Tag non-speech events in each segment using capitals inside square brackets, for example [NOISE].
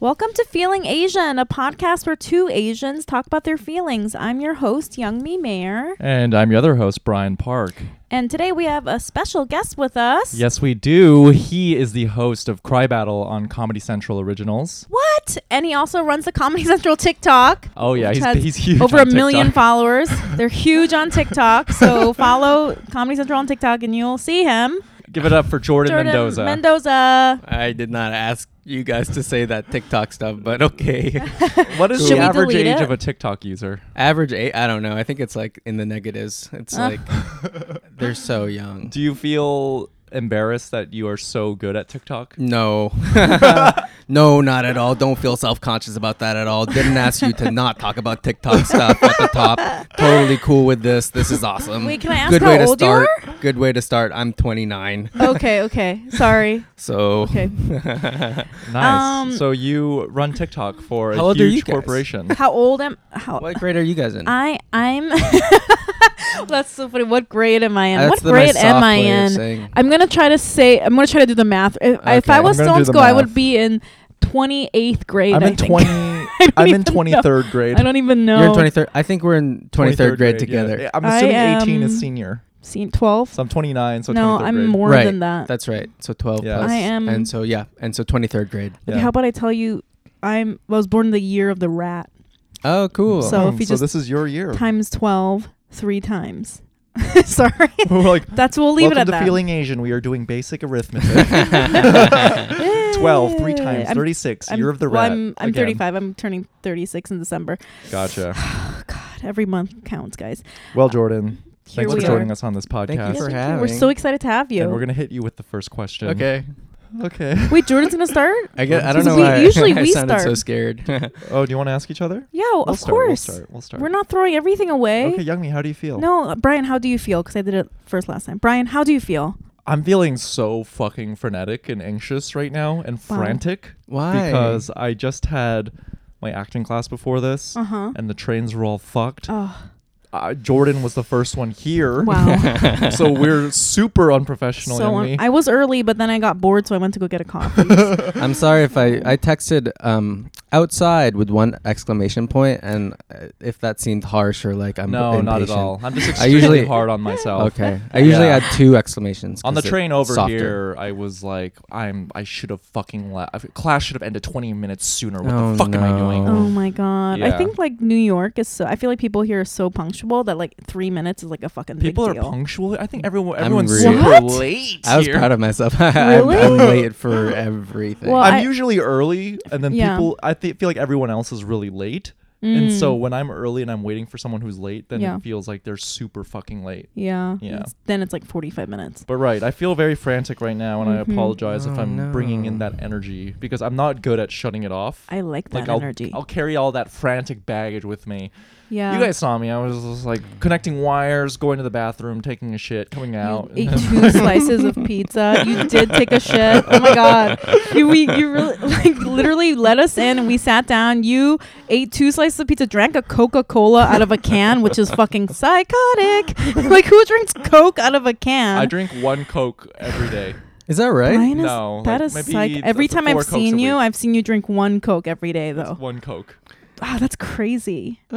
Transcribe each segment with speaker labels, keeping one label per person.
Speaker 1: Welcome to Feeling Asian, a podcast where two Asians talk about their feelings. I'm your host, Young Me Mayer,
Speaker 2: And I'm your other host, Brian Park.
Speaker 1: and today we have a special guest with us.
Speaker 2: Yes, we do. He is the host of Cry Battle on Comedy Central Originals.
Speaker 1: What? And he also runs the Comedy [LAUGHS] Central TikTok.
Speaker 2: Oh, yeah,
Speaker 1: which
Speaker 2: he's-
Speaker 1: has
Speaker 2: he's huge
Speaker 1: Over
Speaker 2: on
Speaker 1: a million
Speaker 2: TikTok. [LAUGHS]
Speaker 1: followers. They're huge on TikTok. So follow Comedy Central on TikTok, and you'll see him.
Speaker 2: Give it up for Jordan,
Speaker 1: Jordan
Speaker 2: Mendoza.
Speaker 1: Mendoza.
Speaker 3: I did not ask you guys to say that TikTok stuff, but
Speaker 1: [LAUGHS]
Speaker 3: okay.
Speaker 2: what is
Speaker 1: Should we
Speaker 2: the average
Speaker 1: delete
Speaker 2: age
Speaker 1: it?
Speaker 2: of a TikTok user?
Speaker 3: Average eight, I don't know. I think it's like in the negatives. It's
Speaker 1: Uh.
Speaker 3: like they're so young.
Speaker 2: Do you feel embarrassed that you are so good at TikTok? [LAUGHS]
Speaker 3: No, no, not at all. Don't feel self conscious about that at all. Didn't ask you to not talk about TikTok stuff at the
Speaker 1: [LAUGHS]
Speaker 3: top. Totally cool with this. This is awesome.
Speaker 1: Wait, can I ask
Speaker 3: Good
Speaker 1: how
Speaker 3: way to
Speaker 1: old you
Speaker 3: start. Good way to start. I'm 29,
Speaker 1: Okay, okay. Sorry.
Speaker 3: so
Speaker 1: Okay.
Speaker 2: Nice.
Speaker 1: Um,
Speaker 2: so you run TikTok for a
Speaker 3: How old are you
Speaker 2: huge
Speaker 3: guys?
Speaker 2: corporation.
Speaker 1: How old am how
Speaker 3: [LAUGHS] what grade are you guys in?
Speaker 1: I I'm [LAUGHS] That's so funny. What grade am I in?
Speaker 3: That's
Speaker 1: what
Speaker 3: the
Speaker 1: grade
Speaker 3: nice
Speaker 1: am
Speaker 3: soft
Speaker 1: I
Speaker 3: way of
Speaker 1: in?
Speaker 3: saying-
Speaker 1: I'm gonna try to say I'm gonna try to do the math. If, if
Speaker 3: Okay,
Speaker 1: I
Speaker 3: I'm
Speaker 1: was
Speaker 2: gonna
Speaker 1: still
Speaker 2: do
Speaker 1: in
Speaker 2: the
Speaker 1: school, I would
Speaker 2: math.
Speaker 1: be in 28th grade. [LAUGHS]
Speaker 2: I'm
Speaker 1: I
Speaker 2: in
Speaker 1: think.
Speaker 2: 20
Speaker 1: I don't
Speaker 2: I'm in
Speaker 1: even know.
Speaker 2: 23rd grade.
Speaker 1: I don't even know.
Speaker 3: You're in 23rd. I think we're in 23rd, grade, together.
Speaker 2: yeah. I'm
Speaker 1: I
Speaker 2: assuming 18
Speaker 1: am-
Speaker 2: is senior.
Speaker 1: Seen 12.
Speaker 2: So I'm 29, so
Speaker 1: no,
Speaker 2: 23rd
Speaker 1: I'm
Speaker 2: grade.
Speaker 1: more
Speaker 3: Right.
Speaker 1: than that.
Speaker 3: That's right. So 12
Speaker 2: Yeah.
Speaker 3: plus.
Speaker 1: I am-
Speaker 3: And so, yeah. And so 23rd grade.
Speaker 1: Okay, How about I tell you? I'm I was born the year of the rat.
Speaker 3: Oh, cool.
Speaker 1: So- if
Speaker 2: Mm,
Speaker 1: you just
Speaker 2: this is your year.
Speaker 1: Times 12 three times. [LAUGHS] Sorry.
Speaker 2: [LAUGHS] We're like,
Speaker 1: That's we'll leave
Speaker 2: Welcome
Speaker 1: it at
Speaker 2: to
Speaker 1: that.
Speaker 2: Feeling Asian. We are doing
Speaker 1: [LAUGHS]
Speaker 2: basic arithmetic. 12, three times,
Speaker 1: I'm-
Speaker 2: 36,
Speaker 1: I'm-
Speaker 2: year of the
Speaker 1: well,
Speaker 2: rat.
Speaker 1: I'm, I'm
Speaker 2: again.
Speaker 1: 35. I'm turning 36 in December. [SIGHS]
Speaker 2: Gotcha.
Speaker 1: God, every month counts, guys.
Speaker 2: Well, Jordan,
Speaker 1: Here
Speaker 2: thanks
Speaker 1: we
Speaker 2: for
Speaker 1: are.
Speaker 2: joining us on this
Speaker 3: you
Speaker 2: podcast.
Speaker 1: Yes,
Speaker 3: for
Speaker 1: thank you. We're
Speaker 3: having.
Speaker 1: so excited to have
Speaker 2: And we're
Speaker 1: you.
Speaker 2: going to hit you with the first question.
Speaker 3: [LAUGHS] okay.
Speaker 2: Okay.
Speaker 1: [LAUGHS] Wait, Jordan's gonna
Speaker 2: [LAUGHS]
Speaker 1: start?
Speaker 3: I guess I don't
Speaker 1: So
Speaker 3: know
Speaker 1: we-
Speaker 3: why
Speaker 1: usually
Speaker 3: [LAUGHS] I
Speaker 1: we
Speaker 3: sounded so
Speaker 1: start.
Speaker 3: scared. [LAUGHS]
Speaker 2: Oh, do you want to ask each other?
Speaker 1: Yeah,
Speaker 2: We'll
Speaker 1: of
Speaker 2: start, We'll
Speaker 1: course.
Speaker 2: start. We'll start.
Speaker 1: We're not throwing everything away.
Speaker 2: Okay, Youngmi, how do you feel?
Speaker 1: No, uh, Brian, how do you feel? Because I did it first last time. Brian, how do you feel?
Speaker 2: I'm feeling so fucking frenetic and anxious right now and
Speaker 1: Wow.
Speaker 2: frantic
Speaker 3: Why?
Speaker 2: because I just had my acting class before this
Speaker 1: Uh huh.
Speaker 2: and the trains were all fucked.
Speaker 1: Oh,
Speaker 2: Uh, Jordan was the first one
Speaker 1: [LAUGHS]
Speaker 2: here. [LAUGHS]
Speaker 1: wow.
Speaker 2: so we're super unprofessional,
Speaker 1: so
Speaker 2: Youngmi.
Speaker 1: um, I was early, but then I got bored, so I went to go get a coffee.
Speaker 2: [LAUGHS]
Speaker 3: I'm sorry if I I texted um outside with one exclamation point and uh, if that seemed harsh or like I'm
Speaker 2: no,
Speaker 3: impatient.
Speaker 2: not at all. I'm just
Speaker 3: [LAUGHS] I
Speaker 2: extremely
Speaker 3: usually-
Speaker 2: hard on myself.
Speaker 3: [LAUGHS] Okay. I usually
Speaker 2: Yeah.
Speaker 3: had two exclamations.
Speaker 2: On the
Speaker 3: 'cause it-
Speaker 2: train over
Speaker 3: softer.
Speaker 2: here, I was like, I'm. I should have fucking left. Class should have ended 20 minutes sooner. What
Speaker 3: Oh,
Speaker 2: the fuck am I doing?
Speaker 3: no.
Speaker 1: Oh my god! I
Speaker 2: Yeah.
Speaker 1: think like New York is so. I feel like people here are so punctual that like three minutes is like a fucking
Speaker 2: People
Speaker 1: big
Speaker 2: are
Speaker 1: deal.
Speaker 2: punctual. I think everyone.
Speaker 3: I'm
Speaker 2: Everyone's
Speaker 3: really-
Speaker 2: super
Speaker 1: What?
Speaker 2: late.
Speaker 3: I was
Speaker 2: here.
Speaker 3: proud of myself. [LAUGHS] I'm,
Speaker 1: Really?
Speaker 3: I'm late for everything.
Speaker 1: Well, I-
Speaker 2: I'm usually early, and then
Speaker 1: Yeah.
Speaker 2: people. I th- feel like everyone else is really late, and so when I'm early and I'm waiting for someone who's late, then
Speaker 1: Mm. Yeah.
Speaker 2: it feels like they're super fucking late.
Speaker 1: Yeah.
Speaker 2: Yeah.
Speaker 1: It's- then it's like forty-five minutes.
Speaker 2: But right, I feel very frantic right now, and
Speaker 1: Mm-hmm.
Speaker 2: I apologize if
Speaker 3: Oh,
Speaker 2: I'm bringing in
Speaker 3: no.
Speaker 2: that energy because I'm not good at shutting it off.
Speaker 1: I like that
Speaker 2: like I'll,
Speaker 1: energy.
Speaker 2: I'll carry all that frantic baggage with me.
Speaker 1: yeah.
Speaker 2: You guys saw me. I was just like connecting wires, going to the bathroom, taking a shit, coming out.
Speaker 1: You
Speaker 2: [LAUGHS]
Speaker 1: ate two slices of pizza. You did take a shit. Oh my god! You we you really [LAUGHS] like literally let us in and we sat down. You ate two slices of pizza, drank a Coca Cola out of a can, which is fucking psychotic. [LAUGHS] like who drinks Coke out of a can?
Speaker 2: I drink one Coke every day.
Speaker 3: is that right?
Speaker 1: Brian is,
Speaker 2: No,
Speaker 1: that
Speaker 2: like,
Speaker 1: is
Speaker 2: maybe
Speaker 1: psych.
Speaker 2: th-
Speaker 1: Every
Speaker 2: th-
Speaker 1: time
Speaker 2: four
Speaker 1: I've
Speaker 2: Cokes
Speaker 1: seen
Speaker 2: a
Speaker 1: you,
Speaker 2: week.
Speaker 1: I've seen you drink one Coke every day
Speaker 2: It's
Speaker 1: though.
Speaker 2: one Coke.
Speaker 1: Wow, that's crazy.
Speaker 2: I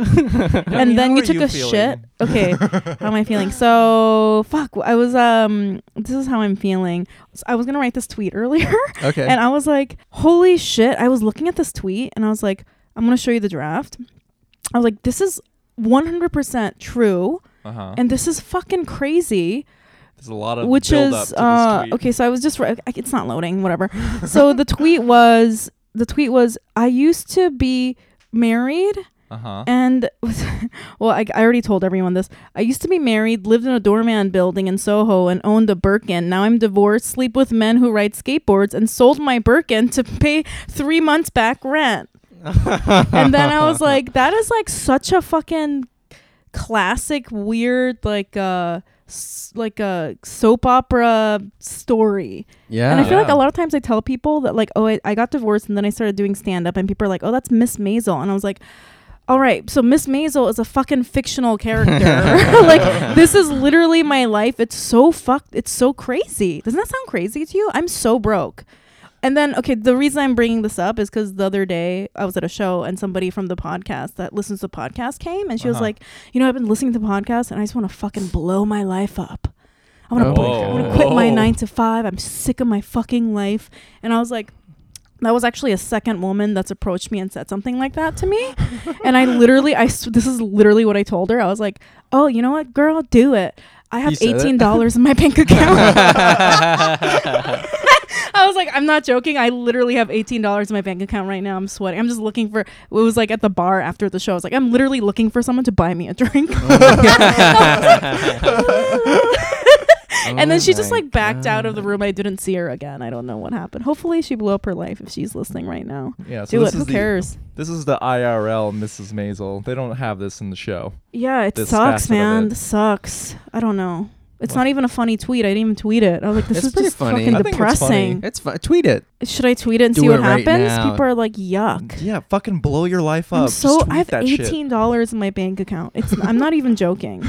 Speaker 1: [LAUGHS] and
Speaker 2: mean,
Speaker 1: then
Speaker 2: how
Speaker 1: you
Speaker 2: are
Speaker 1: took
Speaker 2: you
Speaker 1: a
Speaker 2: feeling?
Speaker 1: shit. Okay, how am
Speaker 2: [LAUGHS]
Speaker 1: I feeling? So fuck, I was um. This is how I'm feeling. So I was gonna write this tweet
Speaker 2: [LAUGHS]
Speaker 1: earlier,
Speaker 3: Okay.
Speaker 1: and I was like, holy shit! I was looking at this tweet, and I was like, I'm gonna show you the draft. I was like, this is 100% true,
Speaker 2: Uh huh.
Speaker 1: and this is fucking crazy
Speaker 2: There's a lot of
Speaker 1: which is
Speaker 2: build up to this
Speaker 1: uh,
Speaker 2: tweet.
Speaker 1: okay. So I was just I- it's not loading.
Speaker 2: [LAUGHS]
Speaker 1: Whatever. so the tweet was the tweet was I used to be married
Speaker 2: Uh huh.
Speaker 1: and [LAUGHS] well I, I already told everyone this i used to be married lived in a doorman building in soho and owned a birkin now i'm divorced sleep with men who ride skateboards and sold my birkin to [LAUGHS] pay three months back rent and then i was like that is like such a fucking classic weird like uh s- like a soap opera story
Speaker 3: yeah.
Speaker 1: and I feel like
Speaker 2: Yeah.
Speaker 1: a lot of times I tell people that like, oh, I, I got divorced and then I started doing stand up, and people are like, oh, that's Miss Maisel, and I was like. All right, so Miss Maisel is a fucking fictional character. [LAUGHS] like this is literally my life. It's so fucked. It's so crazy. Doesn't that sound crazy to you? I'm so broke. And then, okay, the reason I'm bringing this up is because the other day I was at a show and somebody from the podcast that listens to podcast came and she was
Speaker 2: Uh-huh.
Speaker 1: like, you know, I've been listening to podcasts and I just want to fucking blow my life up. I want to
Speaker 2: Oh.
Speaker 1: I want to quit my
Speaker 2: Whoa.
Speaker 1: nine to five. I'm sick of my fucking life. And I was like, that was actually a second woman that's approached me and said something like that to me. and I literally, I s- this is literally what I told her. I was like, oh, you know what, girl, do it. I have
Speaker 3: You said it?
Speaker 1: eighteen dollars in my
Speaker 3: [LAUGHS]
Speaker 1: bank account. I was like, I'm not joking. I literally have eighteen dollars in my bank account right now. I'm sweating. I'm just looking for. It was like at the bar after the show. I was like, I'm literally looking for someone to buy me a
Speaker 3: [LAUGHS]
Speaker 1: drink. [LAUGHS] [LAUGHS] and then she just
Speaker 3: my
Speaker 1: like backed out of the room. I didn't see her again. I don't know what happened. Hopefully, she blew up her life if she's listening right now.
Speaker 2: Yeah, so
Speaker 1: Do
Speaker 2: this
Speaker 1: it. Who
Speaker 2: is the-
Speaker 1: cares?
Speaker 2: This is the IRL Mrs. Maisel. They don't have this in the show.
Speaker 1: Yeah, it
Speaker 2: this
Speaker 1: sucks,
Speaker 2: facet of
Speaker 1: man.
Speaker 2: it.
Speaker 1: This sucks. I don't know. It's
Speaker 2: What?
Speaker 1: not even a funny tweet. I didn't even tweet it. I was like, this
Speaker 3: It's
Speaker 1: is
Speaker 3: pretty
Speaker 1: just
Speaker 3: funny. I
Speaker 1: fucking
Speaker 2: think it's funny.
Speaker 1: depressing.
Speaker 3: It's fine. Tweet it.
Speaker 1: Should I tweet it and
Speaker 3: Do
Speaker 1: see
Speaker 3: it
Speaker 1: what
Speaker 3: right
Speaker 1: happens?
Speaker 3: now.
Speaker 1: People are like, yuck.
Speaker 2: Yeah, fucking blow your life up.
Speaker 1: I'm
Speaker 2: Just
Speaker 1: so
Speaker 2: tweet
Speaker 1: I have
Speaker 2: that shit.
Speaker 1: eighteen dollars in my bank account.
Speaker 2: [LAUGHS]
Speaker 1: It's I'm not even joking.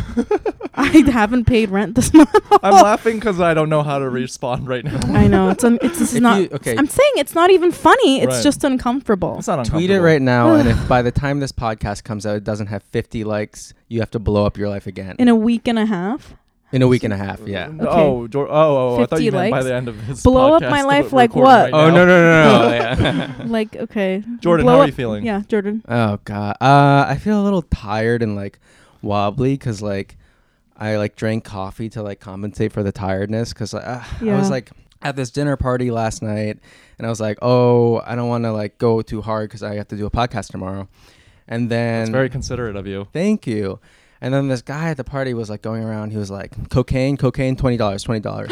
Speaker 1: I haven't paid rent this [LAUGHS] month.
Speaker 2: I'm laughing because I don't know how to respond right now. [LAUGHS]
Speaker 1: I know it's un, it's this is
Speaker 3: If
Speaker 1: not.
Speaker 3: you- okay.
Speaker 1: I'm saying it's not even funny. It's
Speaker 2: Right.
Speaker 1: just uncomfortable.
Speaker 2: It's not uncomfortable.
Speaker 3: Tweet it right now,
Speaker 2: [LAUGHS]
Speaker 3: and if by the time this podcast comes out, it doesn't have 50 likes, you have to blow up your life again
Speaker 1: In a week and a
Speaker 2: [LAUGHS]
Speaker 1: half,
Speaker 3: in a week and a half. Yeah.
Speaker 2: No, Oh, Jor- oh, oh, I thought
Speaker 1: 50
Speaker 2: you meant by
Speaker 1: likes.
Speaker 2: the end of his
Speaker 1: Blow up my
Speaker 2: podcast
Speaker 1: life
Speaker 2: that we're
Speaker 1: like
Speaker 2: recording
Speaker 1: what?
Speaker 2: right
Speaker 3: Oh
Speaker 2: now.
Speaker 3: no no no [LAUGHS]
Speaker 2: [LAUGHS]
Speaker 3: no! yeah.
Speaker 1: like okay,
Speaker 2: Jordan,
Speaker 1: blow
Speaker 2: how are
Speaker 1: up-
Speaker 2: you feeling?
Speaker 1: Yeah, Jordan.
Speaker 3: Oh god. Uh, I feel a little tired and like wobbly because like I like drank coffee to like compensate for the tiredness because uh, I
Speaker 1: Yeah.
Speaker 3: was like at this dinner party last night and I was like, oh, I don't want to like go too hard because I have to do a podcast tomorrow. And then
Speaker 2: It's very considerate of you.
Speaker 3: thank you. And then this guy at the party was like going around. He was like, cocaine, cocaine, twenty dollars, twenty dollars.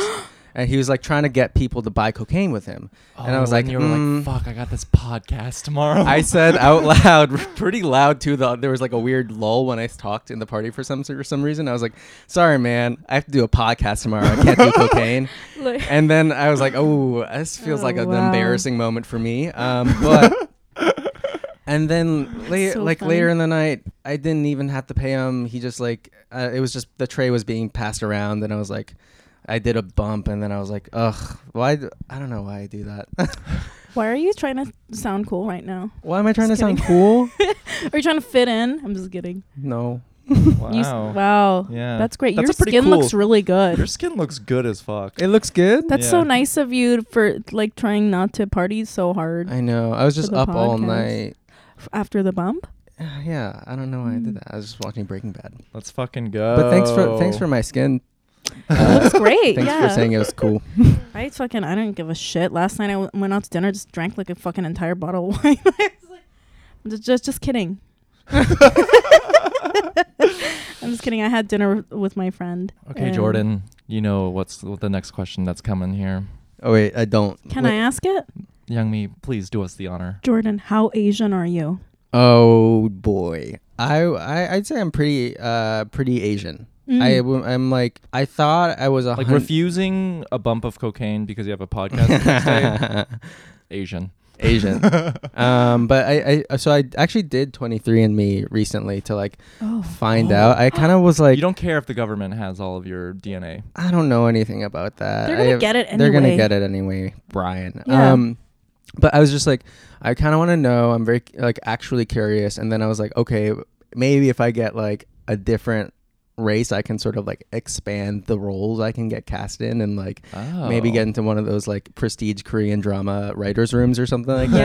Speaker 3: And he was like trying to get people to buy cocaine with him. and I was like,
Speaker 2: Oh, you were
Speaker 3: "Mm."
Speaker 2: like, fuck, I got this podcast tomorrow. [LAUGHS]
Speaker 3: I said out loud, [LAUGHS] pretty loud too. The, there was like a weird lull when I talked in the party for some for some reason. I was like, "Sorry, man, I have to do a podcast tomorrow. I can't do cocaine."
Speaker 1: Like,
Speaker 3: And then I was like, "Oh, this feels
Speaker 1: Oh,
Speaker 3: like an
Speaker 1: wow.
Speaker 3: embarrassing moment for me." Um,
Speaker 1: [LAUGHS]
Speaker 3: but and then later,
Speaker 1: so
Speaker 3: like
Speaker 1: funny.
Speaker 3: later in the night, I didn't even have to pay him. He just like uh, it was just the tray was being passed around, and I was like. I did a bump and then I was like, ugh, why? d- I don't know why I do that.
Speaker 1: [LAUGHS]
Speaker 3: [LAUGHS]
Speaker 1: why are you trying to sound cool right now? [LAUGHS]
Speaker 3: why am I trying
Speaker 1: Just
Speaker 3: to sound
Speaker 1: kidding.
Speaker 3: cool?
Speaker 1: Are you trying to fit in? I'm just kidding.
Speaker 3: No.
Speaker 2: wow.
Speaker 1: You s- wow.
Speaker 2: Yeah.
Speaker 1: That's great.
Speaker 2: That's
Speaker 1: Your
Speaker 2: a pretty
Speaker 1: skin
Speaker 2: cool-
Speaker 1: looks really good.
Speaker 2: Your skin looks good as fuck.
Speaker 3: It looks good.
Speaker 1: That's so
Speaker 2: Yeah.
Speaker 1: nice of you for like trying not to party so hard
Speaker 3: I know. I was just
Speaker 1: the
Speaker 3: up all
Speaker 1: podcast.
Speaker 3: night.
Speaker 1: f- after the
Speaker 2: [LAUGHS]
Speaker 1: bump.
Speaker 3: [SIGHS] Yeah, I don't know why I
Speaker 1: Mm.
Speaker 3: did that. I was just watching Breaking Bad.
Speaker 2: Let's fucking go.
Speaker 3: But thanks for
Speaker 2: Oh.
Speaker 3: thanks for my skin. Uh,
Speaker 1: It looks great.
Speaker 3: Thanks
Speaker 1: yeah.
Speaker 3: for saying it was cool.
Speaker 1: I fucking I didn't give a shit. Last night I w- went out to dinner, just drank like a fucking entire bottle of [LAUGHS] wine. I was like- I'm just, just just
Speaker 2: [LAUGHS]
Speaker 1: kidding. I'm just kidding. I had dinner with- with my friend.
Speaker 2: Okay,
Speaker 1: and-
Speaker 2: Jordan, you know what's what the next question that's coming here.
Speaker 3: Oh wait, I don't.
Speaker 1: Can I ask it,
Speaker 2: Young me, please do us the honor.
Speaker 1: Jordan? How Asian are you?
Speaker 3: Oh boy. I, I I'd say I'm pretty uh pretty Asian.
Speaker 1: Mm.
Speaker 3: I w- I'm like I thought I was a
Speaker 2: Like
Speaker 3: hun-
Speaker 2: refusing a bump of cocaine because you have a podcast the next day.
Speaker 3: [LAUGHS]
Speaker 2: Asian.
Speaker 3: Asian. um, but I, I so I actually did 23andMe recently to like
Speaker 1: oh,
Speaker 3: find out. I kind of was like
Speaker 2: you don't care if the government has all of your DNA.
Speaker 3: I don't know anything about that.
Speaker 1: they're
Speaker 3: I
Speaker 1: gonna
Speaker 3: have-
Speaker 1: get it anyway.
Speaker 3: They're gonna get it anyway, Brian.
Speaker 1: Yeah.
Speaker 3: Um, but I was just like, I kind of want to know. I'm very like actually curious, and then I was like, okay, maybe if I get like a different race, I can sort of like expand the roles I can get cast in, and like
Speaker 2: Oh.
Speaker 3: maybe get into one of those like prestige Korean drama writers' rooms or something like that.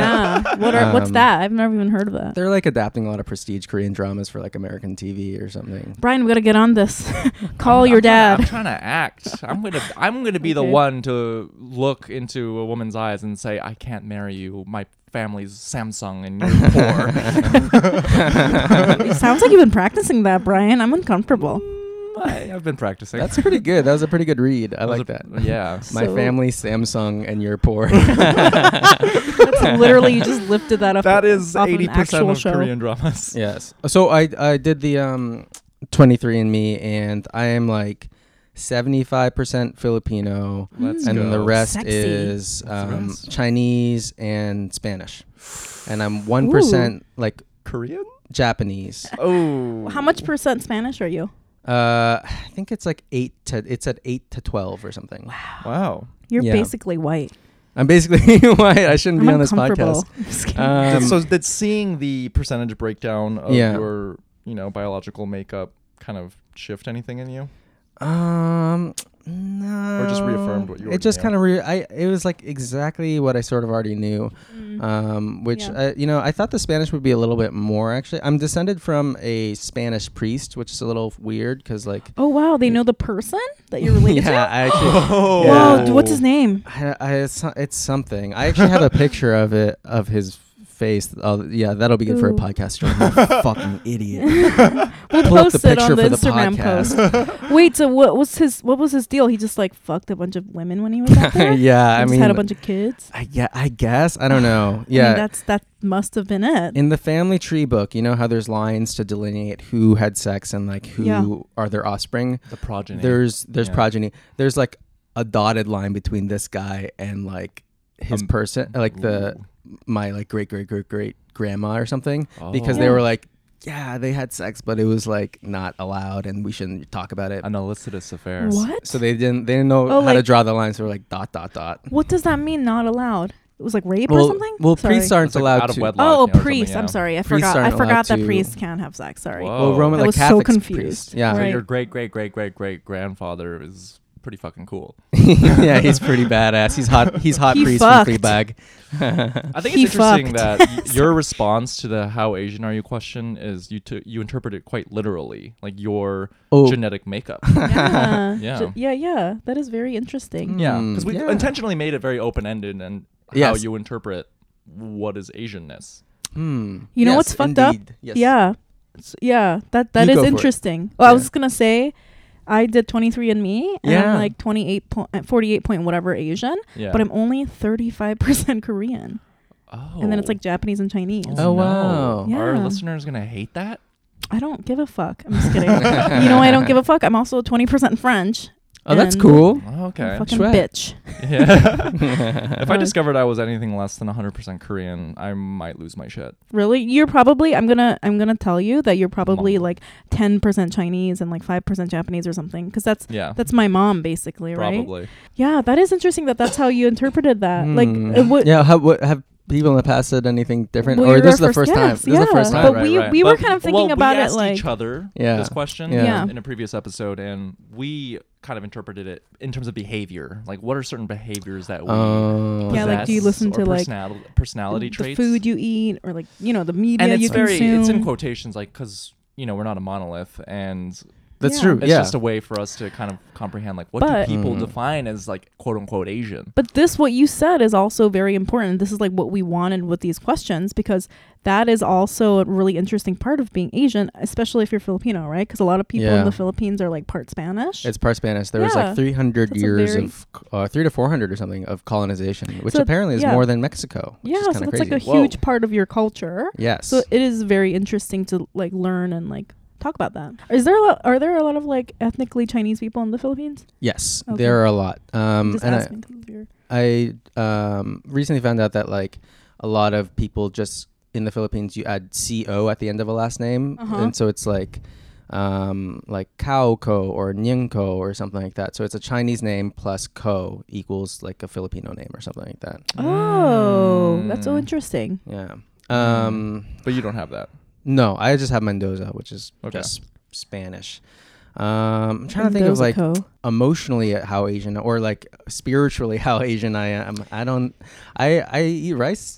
Speaker 1: Yeah. What are what's
Speaker 3: Um,
Speaker 1: that? I've never even heard of that.
Speaker 3: [LAUGHS] They're like adapting a lot of prestige Korean dramas for like American TV or something.
Speaker 1: Brian, we gotta get on this. [LAUGHS] Call
Speaker 2: I'm-
Speaker 1: your
Speaker 2: I'm tryna- [LAUGHS]
Speaker 1: dad.
Speaker 2: I'm trying to act. I'm gonna I'm gonna be the
Speaker 1: Okay.
Speaker 2: one to look into a woman's eyes and say, I can't marry you. My family's Samsung and you're poor. [LAUGHS]
Speaker 1: it sounds like you've been practicing that, Brian. I'm uncomfortable.
Speaker 2: I, I've been practicing.
Speaker 3: That's pretty good. That was a pretty good read. I
Speaker 2: That was
Speaker 3: like that.
Speaker 2: a- Yeah.
Speaker 3: My
Speaker 1: So-
Speaker 3: family's Samsung and you're poor.
Speaker 2: [LAUGHS]
Speaker 3: [LAUGHS]
Speaker 1: That's literally you just lifted that up.
Speaker 2: That is
Speaker 1: off an
Speaker 2: eighty percent
Speaker 1: actual
Speaker 2: of
Speaker 1: show.
Speaker 2: Korean dramas.
Speaker 3: Yes. So I I did the um 23andMe and I am like 75% Filipino
Speaker 2: Let's
Speaker 3: and then the
Speaker 2: go.
Speaker 3: rest
Speaker 1: Sexy.
Speaker 2: What's
Speaker 3: is
Speaker 2: the
Speaker 3: um,
Speaker 2: rest?
Speaker 3: Chinese and Spanish. And I'm 1% like
Speaker 2: Korean?
Speaker 3: Japanese.
Speaker 2: Oh.
Speaker 1: How much percent Spanish are you?
Speaker 3: Uh I think it's like 8 to it's at 8 to 12 or something.
Speaker 2: Wow.
Speaker 1: You're
Speaker 3: Yeah.
Speaker 1: basically white.
Speaker 3: I'm basically [LAUGHS] why I shouldn't
Speaker 1: I'm
Speaker 3: be on this
Speaker 1: uncomfortable. [LAUGHS]
Speaker 3: podcast.
Speaker 1: I'm just kidding.
Speaker 3: Um,
Speaker 2: so that's seeing the percentage breakdown of
Speaker 3: Yeah.
Speaker 2: your, you know, biological makeup kind of shift anything in you.
Speaker 3: Um, no.
Speaker 2: just reaffirmed what you
Speaker 3: It
Speaker 2: already
Speaker 3: just
Speaker 2: knew.
Speaker 3: kind of re. I it was like exactly what I sort of already knew.
Speaker 1: Mm.
Speaker 3: Um, which
Speaker 1: Yeah.
Speaker 3: I, you know, I thought the Spanish would be a little bit more actually. I'm descended from a Spanish priest, which is a little weird
Speaker 1: [LAUGHS]
Speaker 3: because like.
Speaker 1: oh wow, they know the person that you're related
Speaker 2: [LAUGHS]
Speaker 3: yeah,
Speaker 1: to.
Speaker 3: I actually.
Speaker 2: Oh,
Speaker 3: Yeah.
Speaker 1: Whoa, d- what's his name?
Speaker 3: I, I, it's, it's something. I actually have a picture of it of his face. Oh, yeah, that'll be good for a
Speaker 1: Ooh. [LAUGHS]
Speaker 3: podcast. You're a fucking idiot.
Speaker 1: We'll
Speaker 3: Pull up
Speaker 1: post
Speaker 3: the
Speaker 1: it on
Speaker 3: picture
Speaker 1: the,
Speaker 3: for the
Speaker 1: Instagram
Speaker 3: podcast. [LAUGHS]
Speaker 1: post. Wait, so what was his what was his deal? He just like fucked a bunch of women when he was
Speaker 3: [LAUGHS]
Speaker 1: out there.
Speaker 3: yeah,
Speaker 1: He
Speaker 3: I
Speaker 1: just
Speaker 3: mean,
Speaker 1: had a bunch of kids.
Speaker 3: I, yeah, I guess I don't
Speaker 1: [SIGHS]
Speaker 3: know.
Speaker 1: I mean,
Speaker 3: Yeah,
Speaker 1: that's that must have been it.
Speaker 3: In the family tree book, you know how there's lines to delineate who had sex and like who
Speaker 1: Yeah.
Speaker 3: are their offspring.
Speaker 2: the progeny.
Speaker 3: There's there's
Speaker 2: Yeah.
Speaker 3: progeny. There's like a dotted line between this guy and like his
Speaker 2: Um,
Speaker 3: person, like the
Speaker 2: Ooh.
Speaker 3: my like great great great great grandma or something, because
Speaker 2: Oh.
Speaker 3: they
Speaker 1: Yeah.
Speaker 3: were like, yeah, they had sex, but it was like not allowed, and we shouldn't talk about it.
Speaker 2: an illicitous affair.
Speaker 1: what?
Speaker 3: So they didn't they didn't know
Speaker 1: Oh,
Speaker 3: how to
Speaker 1: like-
Speaker 3: draw the line. So we're like dot dot dot.
Speaker 1: what does that mean? Not allowed? It was like rape or
Speaker 3: Well,
Speaker 1: something.
Speaker 3: well,
Speaker 1: Sorry.
Speaker 3: priests aren't
Speaker 2: It's like
Speaker 3: allowed
Speaker 2: out of
Speaker 3: to.
Speaker 2: wedlock.
Speaker 1: Oh,
Speaker 2: you know, or
Speaker 1: priest.
Speaker 2: something,
Speaker 1: I'm
Speaker 2: yeah.
Speaker 1: sorry. I
Speaker 3: Priests
Speaker 1: forgot. I
Speaker 3: aren't
Speaker 1: forgot
Speaker 3: allowed
Speaker 1: that
Speaker 3: to-
Speaker 1: priests can't have sex. Sorry.
Speaker 3: [LAUGHS]
Speaker 2: Whoa.
Speaker 3: Well, Roman
Speaker 1: I
Speaker 3: like
Speaker 1: was so
Speaker 3: Catholics
Speaker 1: confused.
Speaker 3: priest. Oh. Yeah,
Speaker 2: So
Speaker 1: Right.
Speaker 2: your great great great great great grandfather is pretty fucking cool.
Speaker 3: [LAUGHS] yeah, he's pretty badass.
Speaker 1: [LAUGHS]
Speaker 3: He's hot. He's hot
Speaker 1: He
Speaker 3: priest
Speaker 1: fucked.
Speaker 3: from Fleabag.
Speaker 2: I think
Speaker 1: He
Speaker 2: it's interesting
Speaker 1: fucked.
Speaker 2: that your response to the "How Asian are you?" question is you t- you interpret it quite literally, like your
Speaker 3: Oh.
Speaker 2: genetic makeup.
Speaker 1: yeah. [LAUGHS]
Speaker 2: Yeah.
Speaker 1: Ju- yeah, yeah. That is very interesting.
Speaker 2: yeah,
Speaker 3: Mm,
Speaker 2: because we
Speaker 3: yeah.
Speaker 2: intentionally made it very open ended and how
Speaker 3: Yes.
Speaker 2: you interpret what is Asianness.
Speaker 3: Hmm.
Speaker 1: You know
Speaker 3: Yes,
Speaker 1: what's fucked
Speaker 3: indeed.
Speaker 1: up?
Speaker 3: Yes.
Speaker 1: Yeah. S- yeah. That that
Speaker 3: You
Speaker 1: is
Speaker 3: go for it.
Speaker 1: interesting. Well, I
Speaker 3: Yeah.
Speaker 1: was just gonna say I did 23andMe and
Speaker 3: Yeah.
Speaker 1: I'm like 28 point, uh, 48 point whatever Asian,
Speaker 2: Yeah,
Speaker 1: but I'm only [LAUGHS] 35% Korean.
Speaker 2: oh.
Speaker 1: And then it's like Japanese and Chinese.
Speaker 3: Oh. wow.
Speaker 2: Our
Speaker 1: Yeah.
Speaker 2: listeners gonna hate that.
Speaker 1: I don't give a fuck. I'm just kidding. you know why I don't give a fuck? I'm also 20% French.
Speaker 3: Oh, that's
Speaker 1: And-
Speaker 3: cool.
Speaker 1: I'm
Speaker 2: Okay.
Speaker 1: a fucking
Speaker 3: Chouette.
Speaker 1: bitch.
Speaker 2: [LAUGHS] Yeah. if
Speaker 1: [LAUGHS]
Speaker 2: I
Speaker 1: Uh,
Speaker 2: discovered I was anything less than 100% Korean, I might lose my shit.
Speaker 1: Really? You're probably I'm gonna I'm gonna tell you that you're probably
Speaker 2: Mom.
Speaker 1: like ten percent Chinese and like five percent Japanese or something because that's
Speaker 2: Yeah.
Speaker 1: that's my mom basically, right?
Speaker 2: Probably.
Speaker 1: Yeah, that is interesting that that's how you interpreted that. Like,
Speaker 3: Hmm.
Speaker 1: uh, what?
Speaker 3: yeah. How, what, have people in the past said anything different,
Speaker 1: Well,
Speaker 3: or
Speaker 1: you're
Speaker 3: this is
Speaker 1: our
Speaker 3: the first
Speaker 1: first
Speaker 3: time?
Speaker 1: guest,
Speaker 3: This is
Speaker 1: yeah.
Speaker 3: the first
Speaker 1: But
Speaker 3: time.
Speaker 1: we- we were kind of thinking
Speaker 2: well,
Speaker 1: about
Speaker 2: we
Speaker 1: it,
Speaker 2: asked
Speaker 1: like-
Speaker 2: each other
Speaker 3: Yeah.
Speaker 2: this question
Speaker 3: Yeah.
Speaker 2: in a previous episode, and we kind of interpreted it in terms of behavior. Like, what are certain behaviors that we
Speaker 3: Oh.
Speaker 1: Yeah, like, do you
Speaker 2: possess
Speaker 1: listen
Speaker 2: or
Speaker 1: to, like,
Speaker 2: personal- personality
Speaker 1: the
Speaker 2: traits?
Speaker 1: food you eat, or like you know the media
Speaker 2: and it's
Speaker 1: you
Speaker 2: very
Speaker 1: consume.
Speaker 2: it's in quotations, like because you know we're not a monolith, and
Speaker 3: That's
Speaker 1: Yeah.
Speaker 3: true.
Speaker 2: it's
Speaker 3: yeah.
Speaker 2: just a way for us to kind of comprehend like what
Speaker 1: But-
Speaker 2: do people
Speaker 3: Mm.
Speaker 2: define as like quote unquote Asian.
Speaker 1: But this, what you said, is also very important. This is like what we wanted with these questions because that is also a really interesting part of being Asian, especially if you're Filipino, right? Because a lot of people
Speaker 3: Yeah.
Speaker 1: in the Philippines are like part Spanish.
Speaker 3: it's part Spanish. There was
Speaker 1: Yeah.
Speaker 3: like 300
Speaker 1: That's a
Speaker 3: years
Speaker 1: very-
Speaker 3: of, uh, three to 400 or something of colonization, which
Speaker 1: So,
Speaker 3: apparently is
Speaker 1: yeah.
Speaker 3: more than Mexico. Which
Speaker 1: yeah,
Speaker 3: is
Speaker 1: so
Speaker 3: kinda
Speaker 1: that's
Speaker 3: crazy.
Speaker 1: like a
Speaker 2: Whoa.
Speaker 1: huge part of your culture.
Speaker 3: yes.
Speaker 1: So it is very interesting to like learn and like talk about that. Is there a lot, are there a lot of like ethnically Chinese people in the Philippines?
Speaker 3: yes,
Speaker 1: Okay.
Speaker 3: there are a lot. Um,
Speaker 1: Just
Speaker 3: and I-
Speaker 1: asking 'cause you're-
Speaker 3: I um, recently found out that like a lot of people just in the Philippines you add co at the end of a last name,
Speaker 1: Uh-huh.
Speaker 3: and so it's like um, like Kaoko or Nyingko or something like that. So it's a Chinese name plus Ko equals like a Filipino name or something like that.
Speaker 1: Oh, that's so
Speaker 2: Mm.
Speaker 1: interesting.
Speaker 3: Yeah. Um,
Speaker 2: But you don't have that.
Speaker 3: no, I just have Mendoza, which is
Speaker 2: Okay.
Speaker 3: just Spanish. Um, I'm trying to think of like
Speaker 1: Mendoza Co.
Speaker 3: emotionally how Asian or like spiritually [LAUGHS] how Asian I am. I don't. I I eat rice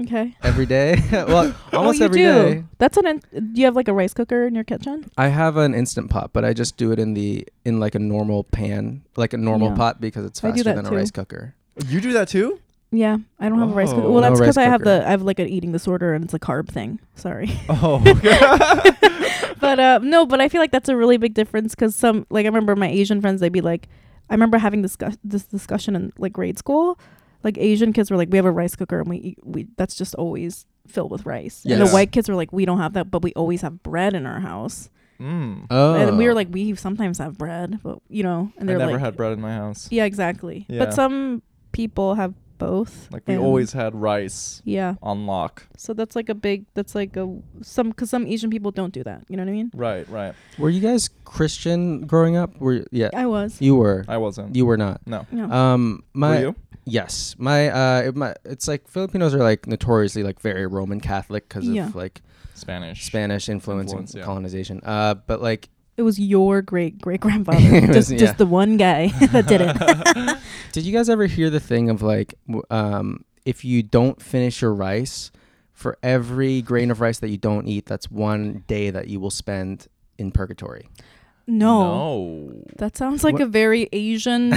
Speaker 1: Okay.
Speaker 3: every day. [LAUGHS] well,
Speaker 1: [LAUGHS]
Speaker 3: almost
Speaker 1: oh, you
Speaker 3: every
Speaker 1: do.
Speaker 3: day.
Speaker 1: That's an. In- do you have like a rice cooker in your kitchen?
Speaker 3: I have an instant pot, but I just do it in the in like a normal pan, like a normal
Speaker 1: Yeah.
Speaker 3: pot because it's
Speaker 1: I do
Speaker 3: faster
Speaker 1: that
Speaker 3: than
Speaker 1: too.
Speaker 3: a rice cooker.
Speaker 2: You do that
Speaker 3: [LAUGHS]
Speaker 2: too?
Speaker 1: Yeah, I don't have a rice cooker.
Speaker 2: Oh.
Speaker 1: Well,
Speaker 3: No
Speaker 1: that's
Speaker 3: rice
Speaker 1: because I have
Speaker 3: cooker.
Speaker 1: the I have like an eating disorder and it's a carb thing.
Speaker 3: [LAUGHS]
Speaker 1: Sorry. [LAUGHS]
Speaker 2: [LAUGHS] Oh,
Speaker 1: but uh, no, but I feel like that's a really big difference because some like I remember my Asian friends they'd be like, I remember having this discuss- this discussion in like grade school, like Asian kids were like, we have a rice cooker and we eat, we that's just always filled with rice. And the
Speaker 3: Yes.
Speaker 1: white kids were like, we don't have that, but we always have bread in our house.
Speaker 2: Mm.
Speaker 3: Oh,
Speaker 1: And we were like, we sometimes have bread, but you know, and
Speaker 2: I
Speaker 1: they're
Speaker 2: never
Speaker 1: like,
Speaker 2: had bread in my house.
Speaker 1: yeah, exactly.
Speaker 2: Yeah.
Speaker 1: But some people have both.
Speaker 2: Like we
Speaker 1: and-
Speaker 2: always had rice
Speaker 1: Yeah.
Speaker 2: on lock.
Speaker 1: So that's like a big. That's like a some because some Asian people don't do that. You know what I mean?
Speaker 2: Right, right.
Speaker 3: were you guys Christian growing up? Were yeah,
Speaker 1: I was.
Speaker 3: you were,
Speaker 2: I wasn't.
Speaker 3: you were not.
Speaker 2: no.
Speaker 1: No.
Speaker 3: Um, my
Speaker 2: Were you?
Speaker 3: Yes, my uh, it, my it's like Filipinos are like notoriously like very Roman Catholic because
Speaker 1: Yeah.
Speaker 3: of like
Speaker 2: Spanish.
Speaker 3: Spanish influence,
Speaker 2: Influence,
Speaker 3: and
Speaker 2: yeah.
Speaker 3: colonization. Uh, but like
Speaker 1: It was your great great grandfather,
Speaker 3: It was-
Speaker 1: just
Speaker 3: yeah.
Speaker 1: just the one guy [LAUGHS] that did it.
Speaker 3: Did you guys ever hear the thing of like, w- um, if you don't finish your rice, for every grain of rice that you don't eat, that's one day that you will spend in purgatory.
Speaker 1: no,
Speaker 2: No.
Speaker 1: that sounds like
Speaker 3: What-
Speaker 1: a very Asian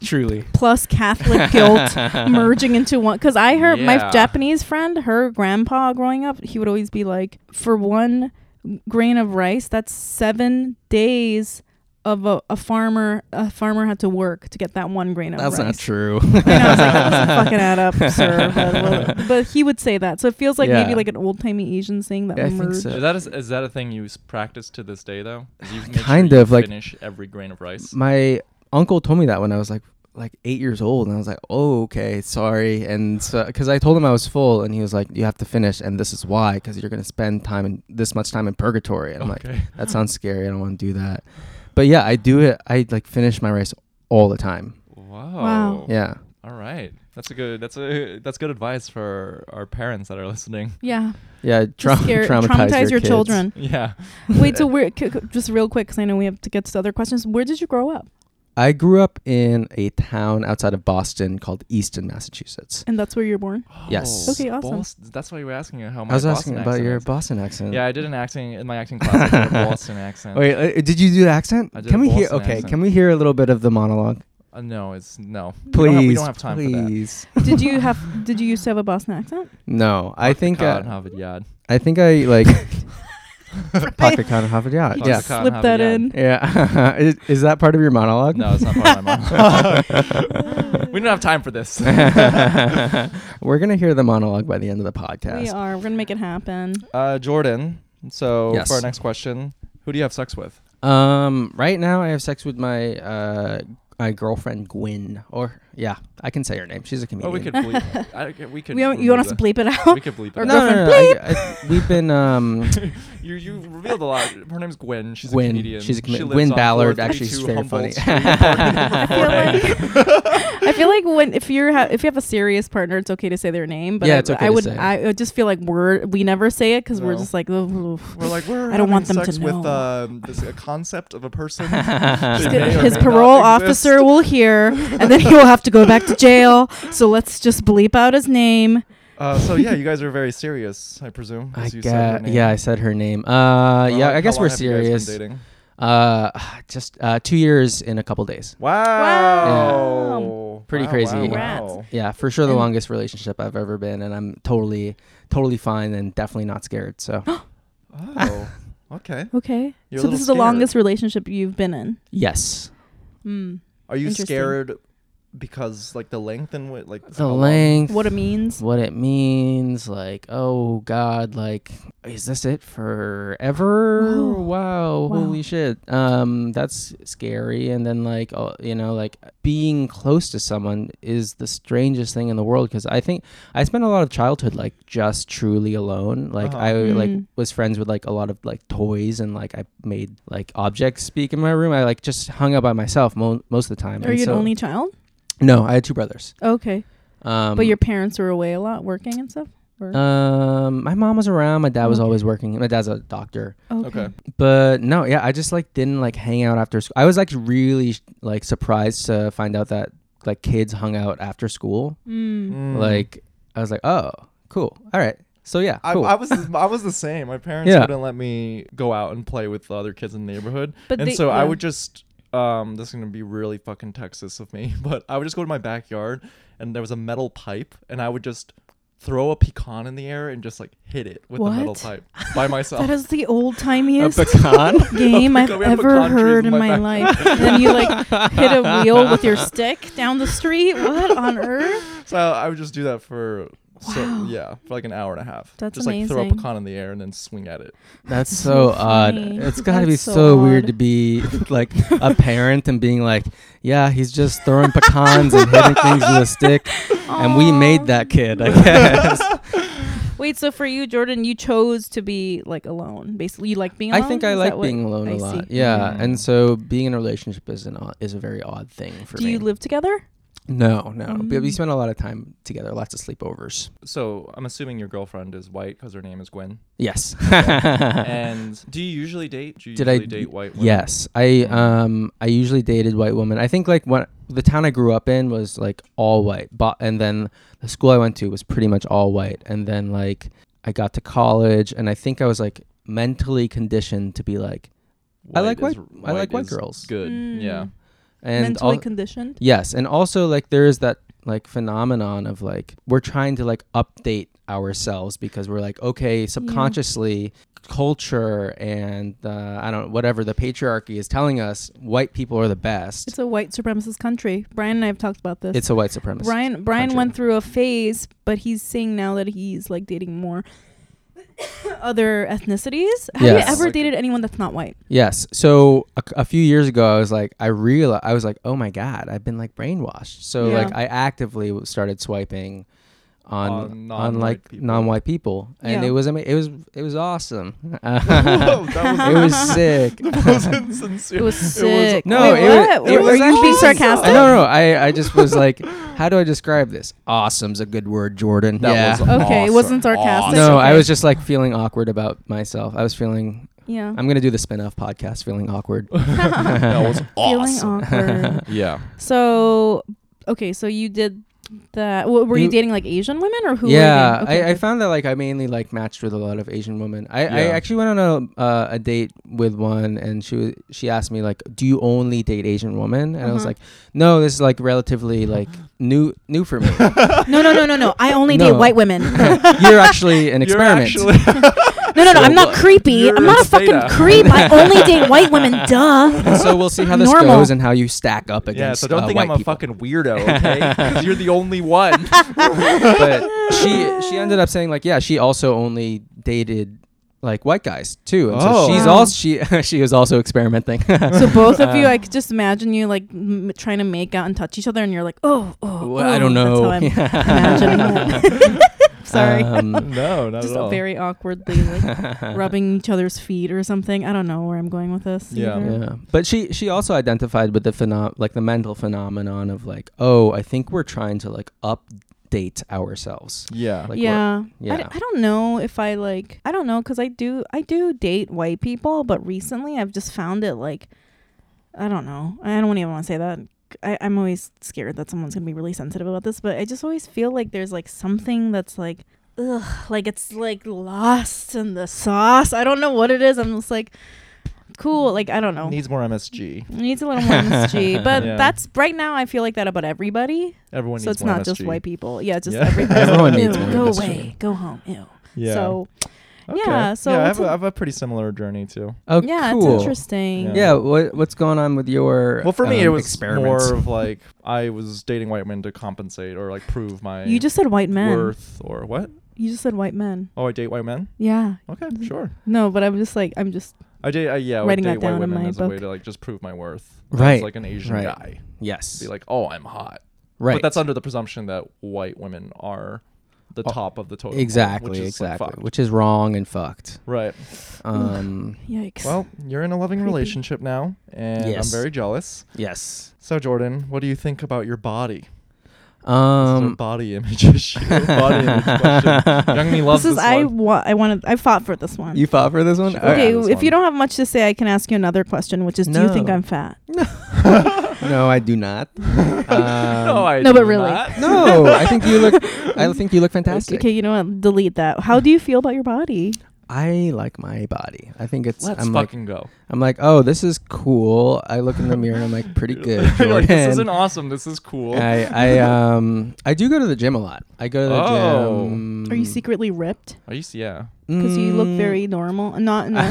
Speaker 3: Truly.
Speaker 1: plus Catholic guilt [LAUGHS]
Speaker 3: [LAUGHS]
Speaker 1: merging into one. Because I heard my
Speaker 2: Yeah.
Speaker 1: Japanese friend, her grandpa growing up, he would always be like, for one grain of rice, that's seven days of a, a farmer. A farmer had to work to get that one grain of
Speaker 3: That's
Speaker 1: rice.
Speaker 3: not [LAUGHS] true.
Speaker 1: I know, I was like, that
Speaker 3: [LAUGHS]
Speaker 1: doesn't fucking add up, sir. But, well, but he would say that, so it feels like maybe
Speaker 3: Yeah.
Speaker 1: like an old timey Asian saying that
Speaker 3: Yeah, I think
Speaker 1: merged.
Speaker 3: so.
Speaker 2: Is that, is, is that a thing you s- practice to this day though? Is you make
Speaker 3: Kind
Speaker 2: sure you
Speaker 3: of, like-
Speaker 2: finish every grain of rice.
Speaker 3: My uncle told me that when I was like like eight years old, and I was like, oh okay, sorry, and so because I told him I was full, and he was like, you have to finish, and this is why, because you're gonna spend time in this much time in purgatory, and I'm like.
Speaker 2: okay.
Speaker 3: That sounds scary. I don't want to do that. But yeah, I do it. I like finish my rice all the time.
Speaker 2: Wow.
Speaker 1: Wow.
Speaker 3: Yeah.
Speaker 2: All right. That's a good. That's a. That's good advice for our parents that are listening. [LAUGHS]
Speaker 1: Yeah,
Speaker 3: Yeah. Tra-
Speaker 1: Just scare-
Speaker 3: traumatize,
Speaker 1: traumatize your
Speaker 3: kids.
Speaker 1: children.
Speaker 2: Yeah.
Speaker 1: Wait,
Speaker 3: [LAUGHS]
Speaker 1: so we're c- c- just real quick because I know we have to get to other questions. Where did you grow up?
Speaker 3: I grew up in a town outside of Boston called Easton, Massachusetts.
Speaker 1: And that's where you were born.
Speaker 3: Yes.
Speaker 1: Okay, awesome.
Speaker 2: Oh, Boston- that's why you were asking how my
Speaker 3: I was
Speaker 2: Boston
Speaker 3: asking about your
Speaker 2: accent
Speaker 3: Boston
Speaker 2: is.
Speaker 3: accent.
Speaker 2: Yeah, I did an acting in my acting class. I did
Speaker 3: [LAUGHS]
Speaker 2: a Boston accent.
Speaker 3: Wait, uh, did you do the accent?
Speaker 2: I did
Speaker 3: can
Speaker 2: a
Speaker 3: we hear?
Speaker 2: Boston
Speaker 3: Okay,
Speaker 2: accent.
Speaker 3: can we hear a little bit of the monologue,
Speaker 2: Uh, no, it's no.
Speaker 3: please?
Speaker 2: we don't have, we don't have time for that.
Speaker 3: please. [LAUGHS]
Speaker 1: did you have? Did you used to have a Boston accent?
Speaker 3: No, I think
Speaker 2: God,
Speaker 3: uh,
Speaker 2: Harvard Yard.
Speaker 3: I think
Speaker 1: [LAUGHS]
Speaker 3: I like [LAUGHS] pocket con Harvard Yacht.
Speaker 1: You
Speaker 2: Boston
Speaker 3: uh, Yeah,
Speaker 1: just
Speaker 2: accent,
Speaker 1: slipped
Speaker 2: have it,
Speaker 1: that
Speaker 2: yeah.
Speaker 1: in.
Speaker 3: yeah. [LAUGHS] is, is that part of your monologue?
Speaker 2: No, it's not part of my
Speaker 1: [LAUGHS]
Speaker 2: mom. [LAUGHS] we don't have time for this.
Speaker 3: [LAUGHS] We're gonna hear the monologue by the end of the podcast.
Speaker 1: We are. We're gonna make it happen.
Speaker 2: Uh, Jordan. So
Speaker 3: Yes.
Speaker 2: for our next question, who do you have sex with?
Speaker 3: Um, right now I have sex with my uh my girlfriend Gwen, or yeah, I can say her name. She's a comedian.
Speaker 2: Oh, we could
Speaker 1: [LAUGHS]
Speaker 2: bleep. I, okay, we could.
Speaker 1: We don't, you want us
Speaker 2: remove
Speaker 1: to
Speaker 2: that.
Speaker 1: bleep it out?
Speaker 2: We could bleep
Speaker 1: Or
Speaker 2: it.
Speaker 3: No,
Speaker 2: out.
Speaker 3: no, no,
Speaker 1: girlfriend.
Speaker 3: no, I, I, Uh, we've been um.
Speaker 2: [LAUGHS] You you revealed a lot. Her name's Gwen. She's
Speaker 3: Gwen.
Speaker 2: a comedian.
Speaker 3: She's a comed-
Speaker 2: She lives
Speaker 3: Gwen
Speaker 2: on
Speaker 3: Ballard.
Speaker 2: 432
Speaker 3: Actually, she's very
Speaker 2: Humboldt
Speaker 3: funny. [LAUGHS]
Speaker 2: Street, apartment
Speaker 1: I
Speaker 2: number
Speaker 1: feel [LAUGHS]
Speaker 2: 4A.
Speaker 1: like I feel like when if you're ha- if you have a serious partner, it's okay to say their name. But
Speaker 3: Yeah,
Speaker 1: I,
Speaker 3: it's okay
Speaker 1: I
Speaker 3: to
Speaker 1: would
Speaker 3: say it.
Speaker 1: I would just feel like we're we never say it because we're
Speaker 2: No.
Speaker 1: just like "Ugh, ugh, ugh."
Speaker 2: [LAUGHS] We're like we're
Speaker 1: I don't want
Speaker 2: having
Speaker 1: them
Speaker 2: sex
Speaker 1: to
Speaker 2: with
Speaker 1: know.
Speaker 2: um, this a concept of a
Speaker 3: [LAUGHS]
Speaker 2: person.
Speaker 3: His-
Speaker 2: They may or
Speaker 1: his
Speaker 2: may not
Speaker 1: parole
Speaker 2: exist.
Speaker 1: officer will hear, and then he'll have to go back to jail. So let's just bleep out his name.
Speaker 2: Uh, so yeah, you guys are very serious, I presume.
Speaker 3: [LAUGHS] I
Speaker 2: as you said her
Speaker 3: guess,
Speaker 2: name.
Speaker 3: yeah, I said her name. Uh,
Speaker 2: Well,
Speaker 3: yeah,
Speaker 2: how-
Speaker 3: I guess
Speaker 2: how
Speaker 3: we're
Speaker 2: long have you guys been
Speaker 3: serious.
Speaker 2: dating?
Speaker 3: Uh, just uh, two years in a couple days.
Speaker 2: Wow.
Speaker 3: Pretty
Speaker 2: Wow,
Speaker 3: crazy.
Speaker 2: wow,
Speaker 1: Congrats.
Speaker 2: wow.
Speaker 3: Yeah, for sure the
Speaker 1: And-
Speaker 3: longest relationship I've ever been, and I'm totally, totally fine and definitely not scared. So [GASPS]
Speaker 2: Oh, okay.
Speaker 1: Okay.
Speaker 2: You're
Speaker 1: so
Speaker 2: a little
Speaker 1: this is the
Speaker 2: scared.
Speaker 1: longest relationship you've been in.
Speaker 3: yes,
Speaker 1: Hmm.
Speaker 2: Are you
Speaker 1: Interesting.
Speaker 2: scared because like the length and what like
Speaker 3: the
Speaker 2: how long?
Speaker 3: length,
Speaker 1: What it means.
Speaker 3: what it means, like, oh God, like, is this it forever?
Speaker 1: Wow.
Speaker 3: Wow,
Speaker 1: Wow.
Speaker 3: holy shit. Um, that's scary. And then, like, oh, you know, like being close to someone is the strangest thing in the world because I think I spent a lot of childhood like just truly alone. Like,
Speaker 2: Uh-huh.
Speaker 3: I like
Speaker 1: Mm.
Speaker 3: was friends with like a lot of like toys and like I made like objects speak in my room. I like just hung out by myself mo- most of the time.
Speaker 1: Are
Speaker 3: And
Speaker 1: you
Speaker 3: so-
Speaker 1: an only child?
Speaker 3: No, I had two brothers.
Speaker 1: Okay.
Speaker 3: Um,
Speaker 1: but your parents were away a lot working and stuff? Or?
Speaker 3: Um, my mom was around. My dad was
Speaker 1: Okay.
Speaker 3: always working. My dad's a doctor,
Speaker 1: okay.
Speaker 2: Okay.
Speaker 3: but no, yeah, I just like didn't like hang out after school. I was like really like surprised to find out that like kids hung out after school.
Speaker 1: Mm.
Speaker 2: Mm.
Speaker 3: Like I was like, oh, cool, all right. So yeah,
Speaker 2: I,
Speaker 3: cool.
Speaker 2: I was I was the same. My parents
Speaker 3: Yeah.
Speaker 2: wouldn't let me go out and play with the other kids in the neighborhood,
Speaker 1: But
Speaker 2: and
Speaker 1: they-
Speaker 2: so I
Speaker 1: yeah.
Speaker 2: would just um this is gonna be really fucking Texas of me, [LAUGHS] but I would just go to my backyard and there was a metal pipe, and I would just throw a pecan in the air and just like hit it with the metal
Speaker 1: What?
Speaker 2: pipe
Speaker 1: [LAUGHS]
Speaker 2: by myself.
Speaker 1: That is the old
Speaker 3: a
Speaker 1: timiest
Speaker 3: [LAUGHS] pecan.
Speaker 1: [LAUGHS] game I've
Speaker 2: we have
Speaker 1: ever
Speaker 2: pecan trees
Speaker 1: heard in
Speaker 2: in
Speaker 1: my
Speaker 2: my
Speaker 1: life. And then you like hit a wheel with your stick down the street. What on earth?
Speaker 2: so I would just do that for.
Speaker 1: Wow.
Speaker 2: So, yeah, for like an hour and a half.
Speaker 1: That's
Speaker 2: just like throw
Speaker 1: amazing.
Speaker 2: a pecan in the air and then swing at it.
Speaker 3: That's
Speaker 1: so
Speaker 3: so odd.
Speaker 1: funny.
Speaker 3: It's got to be
Speaker 1: That's so
Speaker 3: so, weird
Speaker 1: odd. [LAUGHS]
Speaker 3: to be like a parent and being like, yeah, he's just throwing pecans and hitting things with a stick, and we
Speaker 1: Aw.
Speaker 3: made that kid. I guess.
Speaker 1: Wait, so for you, Jordan, you chose to be like alone. Basically, you like being alone.
Speaker 3: I think I
Speaker 1: Is that
Speaker 3: like
Speaker 1: what-
Speaker 3: being alone
Speaker 1: I
Speaker 3: a lot.
Speaker 1: see.
Speaker 3: Yeah,
Speaker 2: Mm.
Speaker 3: and so being in a relationship is an odd, is a very odd thing for
Speaker 1: Do Mm.
Speaker 3: me.
Speaker 1: you live together?
Speaker 3: No, no. But we spent a lot of time together, lots of sleepovers.
Speaker 2: So I'm assuming your girlfriend is white because her name is Gwen.
Speaker 3: Yes. [LAUGHS]
Speaker 2: and do you usually date? Do you
Speaker 3: Uh-huh. Did I
Speaker 2: usually date white women?
Speaker 3: Yes, I um I usually dated white women. I think like what the town I grew up in was like all white, but and then the school I went to was pretty much all white, and then like I got to college, and I think I was like mentally conditioned to be like I like
Speaker 2: is-
Speaker 3: white- I like white
Speaker 2: is
Speaker 3: girls.
Speaker 2: Good.
Speaker 1: Mm. [LAUGHS]
Speaker 2: Yeah.
Speaker 3: and
Speaker 1: mentally
Speaker 3: al-
Speaker 1: conditioned.
Speaker 3: yes, and also like there is that like phenomenon of like we're trying to like update ourselves because we're like okay subconsciously culture and uh, I don't whatever the patriarchy is telling us white people are the best.
Speaker 1: It's a white supremacist country. Brian and I have talked about this.
Speaker 3: It's a white supremacist.
Speaker 1: Brian Brian
Speaker 3: country.
Speaker 1: went through a phase, but he's saying now that he's like dating more [COUGHS] other ethnicities. Have
Speaker 3: Yes.
Speaker 1: you ever
Speaker 2: Like-
Speaker 1: dated anyone that's not white?
Speaker 3: Yes. So a, a few years ago, I was like, I realized, I was like, oh my God, I've been like brainwashed. So
Speaker 1: Yeah.
Speaker 3: like, I actively w- started swiping on
Speaker 2: On
Speaker 3: on,
Speaker 2: non-white
Speaker 3: like
Speaker 2: people.
Speaker 3: non-white people, and
Speaker 1: Yeah.
Speaker 3: it was ama- it was it was awesome.
Speaker 2: [LAUGHS]
Speaker 3: [LAUGHS]
Speaker 2: Whoa,
Speaker 1: [LAUGHS]
Speaker 3: it
Speaker 2: that [LAUGHS] was,
Speaker 3: was sick.
Speaker 2: that was insincere.
Speaker 1: It was sick.
Speaker 3: No,
Speaker 1: Wait,
Speaker 3: it,
Speaker 1: what?
Speaker 3: wa- it
Speaker 1: Were
Speaker 3: was
Speaker 1: you
Speaker 3: actually-
Speaker 1: being sarcastic?
Speaker 3: No, no, I, I just was like, [LAUGHS] how do I describe this? Awesome's a good word, Jordan.
Speaker 2: That
Speaker 3: yeah.
Speaker 2: was
Speaker 1: Okay, it wasn't
Speaker 2: Awesome.
Speaker 1: sarcastic.
Speaker 3: no,
Speaker 1: okay.
Speaker 3: I was just like feeling awkward about myself. I was feeling
Speaker 1: Yeah. [LAUGHS]
Speaker 3: I'm [LAUGHS] gonna do the spin-off podcast, feeling awkward.
Speaker 2: that was
Speaker 1: Feeling
Speaker 2: awesome.
Speaker 3: [LAUGHS]
Speaker 1: awkward.
Speaker 2: Yeah.
Speaker 1: so okay, so you did that. Well, were you,
Speaker 3: You-
Speaker 1: dating like Asian women or who? were you
Speaker 3: yeah,
Speaker 1: dating? Okay,
Speaker 3: I, I
Speaker 1: good.
Speaker 3: found that like I mainly like matched with a lot of Asian women. I, I
Speaker 2: Yeah.
Speaker 3: actually went on a uh, a date with one, and she was she asked me like, "Do you only date Asian women?" And I was
Speaker 1: Uh-huh.
Speaker 3: like, "No, this is like relatively like
Speaker 1: [GASPS]
Speaker 3: new new for me.
Speaker 1: [LAUGHS] no, no, no, no, no. I only date
Speaker 3: No.
Speaker 1: white
Speaker 3: [LAUGHS]
Speaker 1: women. no,
Speaker 3: You're actually an experiment."
Speaker 2: You're actually
Speaker 3: [LAUGHS]
Speaker 2: [LAUGHS]
Speaker 1: no, no. I'm not
Speaker 2: You're
Speaker 1: creepy. I'm not a
Speaker 2: in
Speaker 1: fucking
Speaker 2: theta.
Speaker 1: creep. I
Speaker 3: [LAUGHS]
Speaker 1: only date white women. Duh.
Speaker 3: so we'll see how this
Speaker 1: Normal.
Speaker 3: goes and how you stack up against.
Speaker 2: yeah. So don't
Speaker 3: uh,
Speaker 2: think
Speaker 3: white
Speaker 2: I'm a
Speaker 3: people.
Speaker 2: fucking
Speaker 3: [LAUGHS]
Speaker 2: weirdo, okay? Because you're the only
Speaker 1: [LAUGHS]
Speaker 2: one. [LAUGHS]
Speaker 3: but she she ended up saying like yeah she also only dated like white guys too and
Speaker 2: Oh.
Speaker 3: so she's
Speaker 1: Wow.
Speaker 3: also she [LAUGHS] she was also experimenting
Speaker 1: So both of you, I could just imagine you like m- trying to make out and touch each other, and you're like, oh, oh,
Speaker 3: Well, I
Speaker 1: oh.
Speaker 3: don't know.
Speaker 1: That's how I'm imagining that. [LAUGHS] [LAUGHS] Sorry, [LAUGHS]
Speaker 3: Um,
Speaker 2: no, not
Speaker 1: just
Speaker 2: at all.
Speaker 1: very awkwardly
Speaker 3: [LAUGHS]
Speaker 1: like rubbing each other's feet or something. I don't know where I'm going with this.
Speaker 2: Yeah.
Speaker 1: either.
Speaker 3: yeah but she she also identified with the phenom like the mental phenomenon of like oh i think we're trying to like update ourselves
Speaker 2: yeah.
Speaker 3: like
Speaker 1: yeah.
Speaker 3: we're-
Speaker 1: I, d-
Speaker 3: yeah.
Speaker 1: I don't know if I like I don't know cuz I do I do date white people but recently I've just found it like I don't know. I don't even want to say that. I, I'm always scared that someone's going to be really sensitive about this, but I just always feel like there's like something that's like ugh, like it's like lost in the sauce. I don't know what it is. I'm just like cool, like I don't know.
Speaker 2: Needs more MSG.
Speaker 1: Needs a little more
Speaker 3: [LAUGHS]
Speaker 1: MSG, but
Speaker 2: Yeah.
Speaker 1: that's right now. I feel like that about everybody,
Speaker 2: Everyone
Speaker 1: so
Speaker 2: needs
Speaker 1: it's
Speaker 2: more
Speaker 1: not just
Speaker 2: MSG.
Speaker 1: white people. Yeah, just
Speaker 2: Yeah.
Speaker 1: everybody.
Speaker 2: [LAUGHS]
Speaker 3: Everyone
Speaker 1: Ew,
Speaker 3: needs more
Speaker 1: Go
Speaker 3: MSG.
Speaker 1: away, go home. Ew.
Speaker 2: Yeah.
Speaker 1: So
Speaker 2: Okay.
Speaker 1: yeah, so
Speaker 2: I
Speaker 1: it's
Speaker 2: have,
Speaker 1: a-
Speaker 2: a, I have a pretty similar journey too.
Speaker 3: oh
Speaker 1: yeah,
Speaker 3: cool
Speaker 1: it's interesting.
Speaker 2: Yeah.
Speaker 3: yeah what what's going on with your
Speaker 2: Well, for me,
Speaker 3: um,
Speaker 2: it was
Speaker 3: experiments?
Speaker 2: more of like I was dating white men to compensate or like prove my
Speaker 1: You just said white men.
Speaker 2: worth or what?
Speaker 1: You just said white men.
Speaker 2: Oh, I date white men.
Speaker 1: Yeah.
Speaker 2: Okay, sure.
Speaker 1: No, but I'm just like I'm just
Speaker 2: I date. I, yeah, I would
Speaker 1: Mm-hmm. Writing that
Speaker 2: date white
Speaker 1: down in
Speaker 2: women
Speaker 1: my
Speaker 2: as a way
Speaker 1: book.
Speaker 2: to like just prove my worth.
Speaker 3: Right,
Speaker 2: As, like an Asian
Speaker 3: right.
Speaker 2: guy,
Speaker 3: yes
Speaker 2: be like, oh, I'm hot.
Speaker 3: right
Speaker 2: But that's under the presumption that white women are the
Speaker 3: Oh,
Speaker 2: top of the totem. pole,
Speaker 3: exactly
Speaker 2: which is, like,
Speaker 3: exactly
Speaker 2: fucked.
Speaker 3: which is wrong and fucked
Speaker 2: right. [SIGHS]
Speaker 3: um
Speaker 1: yikes.
Speaker 2: Well, you're in a
Speaker 1: [LAUGHS]
Speaker 2: loving
Speaker 1: Creepy.
Speaker 2: relationship now, and
Speaker 3: Yes.
Speaker 2: I'm very jealous.
Speaker 3: yes
Speaker 2: So, Jordan, what do you think about your body? This is a
Speaker 3: um
Speaker 2: body image [LAUGHS] issue. body
Speaker 3: [LAUGHS]
Speaker 2: image question. Young me loves
Speaker 1: this
Speaker 2: this,
Speaker 1: is I
Speaker 2: one.
Speaker 1: wa- I wanted I fought for this one.
Speaker 3: you fought for this one
Speaker 2: Sure. [LAUGHS]
Speaker 1: okay,
Speaker 2: I have
Speaker 1: if
Speaker 2: this
Speaker 1: you
Speaker 2: one.
Speaker 1: don't have much to say, I can ask you another question, which is, do you think
Speaker 3: No.
Speaker 1: I'm fat?
Speaker 3: no i do not
Speaker 2: [LAUGHS]
Speaker 3: Um,
Speaker 2: no, I
Speaker 1: No, but
Speaker 2: do
Speaker 1: really.
Speaker 2: not.
Speaker 3: no i think you look i think you look fantastic
Speaker 1: Okay, you know what? Delete that. How do you feel about your body?
Speaker 3: I like my body. I think it's.
Speaker 2: Let's
Speaker 3: I'm like,
Speaker 2: fucking go.
Speaker 3: I'm like, oh, this is cool. I look in the mirror and I'm
Speaker 2: [LAUGHS]
Speaker 3: like, pretty good,
Speaker 2: You're
Speaker 3: Jordan.
Speaker 2: like, this isn't awesome. This is cool.
Speaker 3: I, I um I do go to the gym a lot. I go to the
Speaker 2: Oh.
Speaker 3: gym.
Speaker 1: Are you secretly ripped?
Speaker 2: Are you? s- Yeah.
Speaker 1: Because you look
Speaker 3: Mm,
Speaker 1: very normal. Not
Speaker 2: [LAUGHS]
Speaker 1: no. [LAUGHS]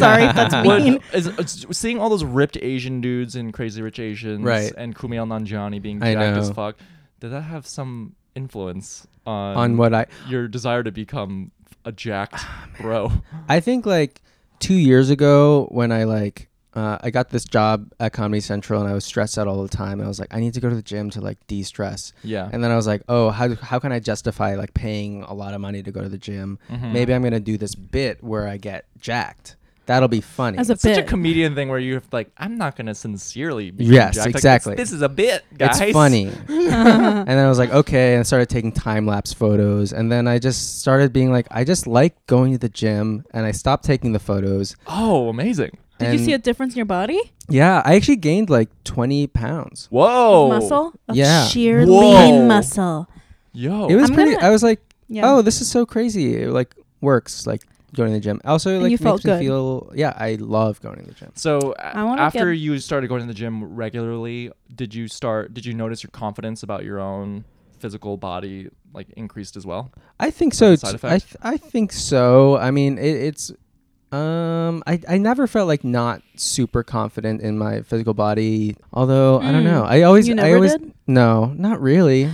Speaker 1: sorry if that's
Speaker 2: What-
Speaker 1: mean.
Speaker 2: is- is- seeing all those ripped Asian dudes in Crazy Rich Asians
Speaker 3: Right.
Speaker 2: and Kumail Nanjiani being
Speaker 3: I
Speaker 2: jacked as
Speaker 3: know.
Speaker 2: fuck, did that have some influence on,
Speaker 3: on what Ah, I
Speaker 2: your desire to become a jacked bro? [LAUGHS]
Speaker 3: I think like two years ago when I like uh, I got this job at Comedy Central and I was stressed out all the time. I was like, I need to go to the gym to like de-stress.
Speaker 2: Yeah.
Speaker 3: And then I was like, oh, how, how can I justify like paying a lot of money to go to the gym?
Speaker 2: Mhm.
Speaker 3: Maybe I'm going to do this bit where I get jacked. That'll be funny.
Speaker 1: As a
Speaker 2: Such a
Speaker 1: bit.
Speaker 2: comedian thing where you have to, like, I'm not gonna sincerely. Be
Speaker 3: Yes,
Speaker 2: jacked. Like,
Speaker 3: exactly.
Speaker 2: This, this is a bit, guys.
Speaker 1: [LAUGHS]
Speaker 3: it's funny. and then I was like, okay, and I started taking time lapse photos. And then I just started being like, I just like going to the gym, and I stopped taking the photos.
Speaker 2: Oh, amazing.
Speaker 1: Did you see a
Speaker 3: And-
Speaker 1: difference in your body?
Speaker 3: Yeah, I actually gained like 20 pounds.
Speaker 2: Whoa.
Speaker 1: Muscle? Of
Speaker 3: Oh, Yeah.
Speaker 1: Sheer
Speaker 2: Whoa.
Speaker 1: lean muscle.
Speaker 2: Yo.
Speaker 3: It was
Speaker 1: Oh, I'm
Speaker 3: pretty.
Speaker 1: gonna-
Speaker 3: I was like,
Speaker 1: Yeah.
Speaker 3: oh, this is so crazy. It like works. Like going to the gym. Also,
Speaker 1: And
Speaker 3: like
Speaker 1: you
Speaker 3: makes
Speaker 1: felt
Speaker 3: me
Speaker 1: good.
Speaker 3: feel. Yeah, I love going to the gym.
Speaker 2: so a-
Speaker 1: I wanna
Speaker 2: after
Speaker 1: get-
Speaker 2: you started going to the gym regularly, did you start? Did you notice your confidence about your own physical body like increased as well?
Speaker 3: I think so.
Speaker 2: a side
Speaker 3: t- I th- I think so. I mean, it, it's. Um, I I never felt like not super confident in my physical body. Although I don't
Speaker 1: Mm.
Speaker 3: know. I always.
Speaker 1: You
Speaker 3: I
Speaker 1: never
Speaker 3: always.
Speaker 1: did?
Speaker 3: No, not really.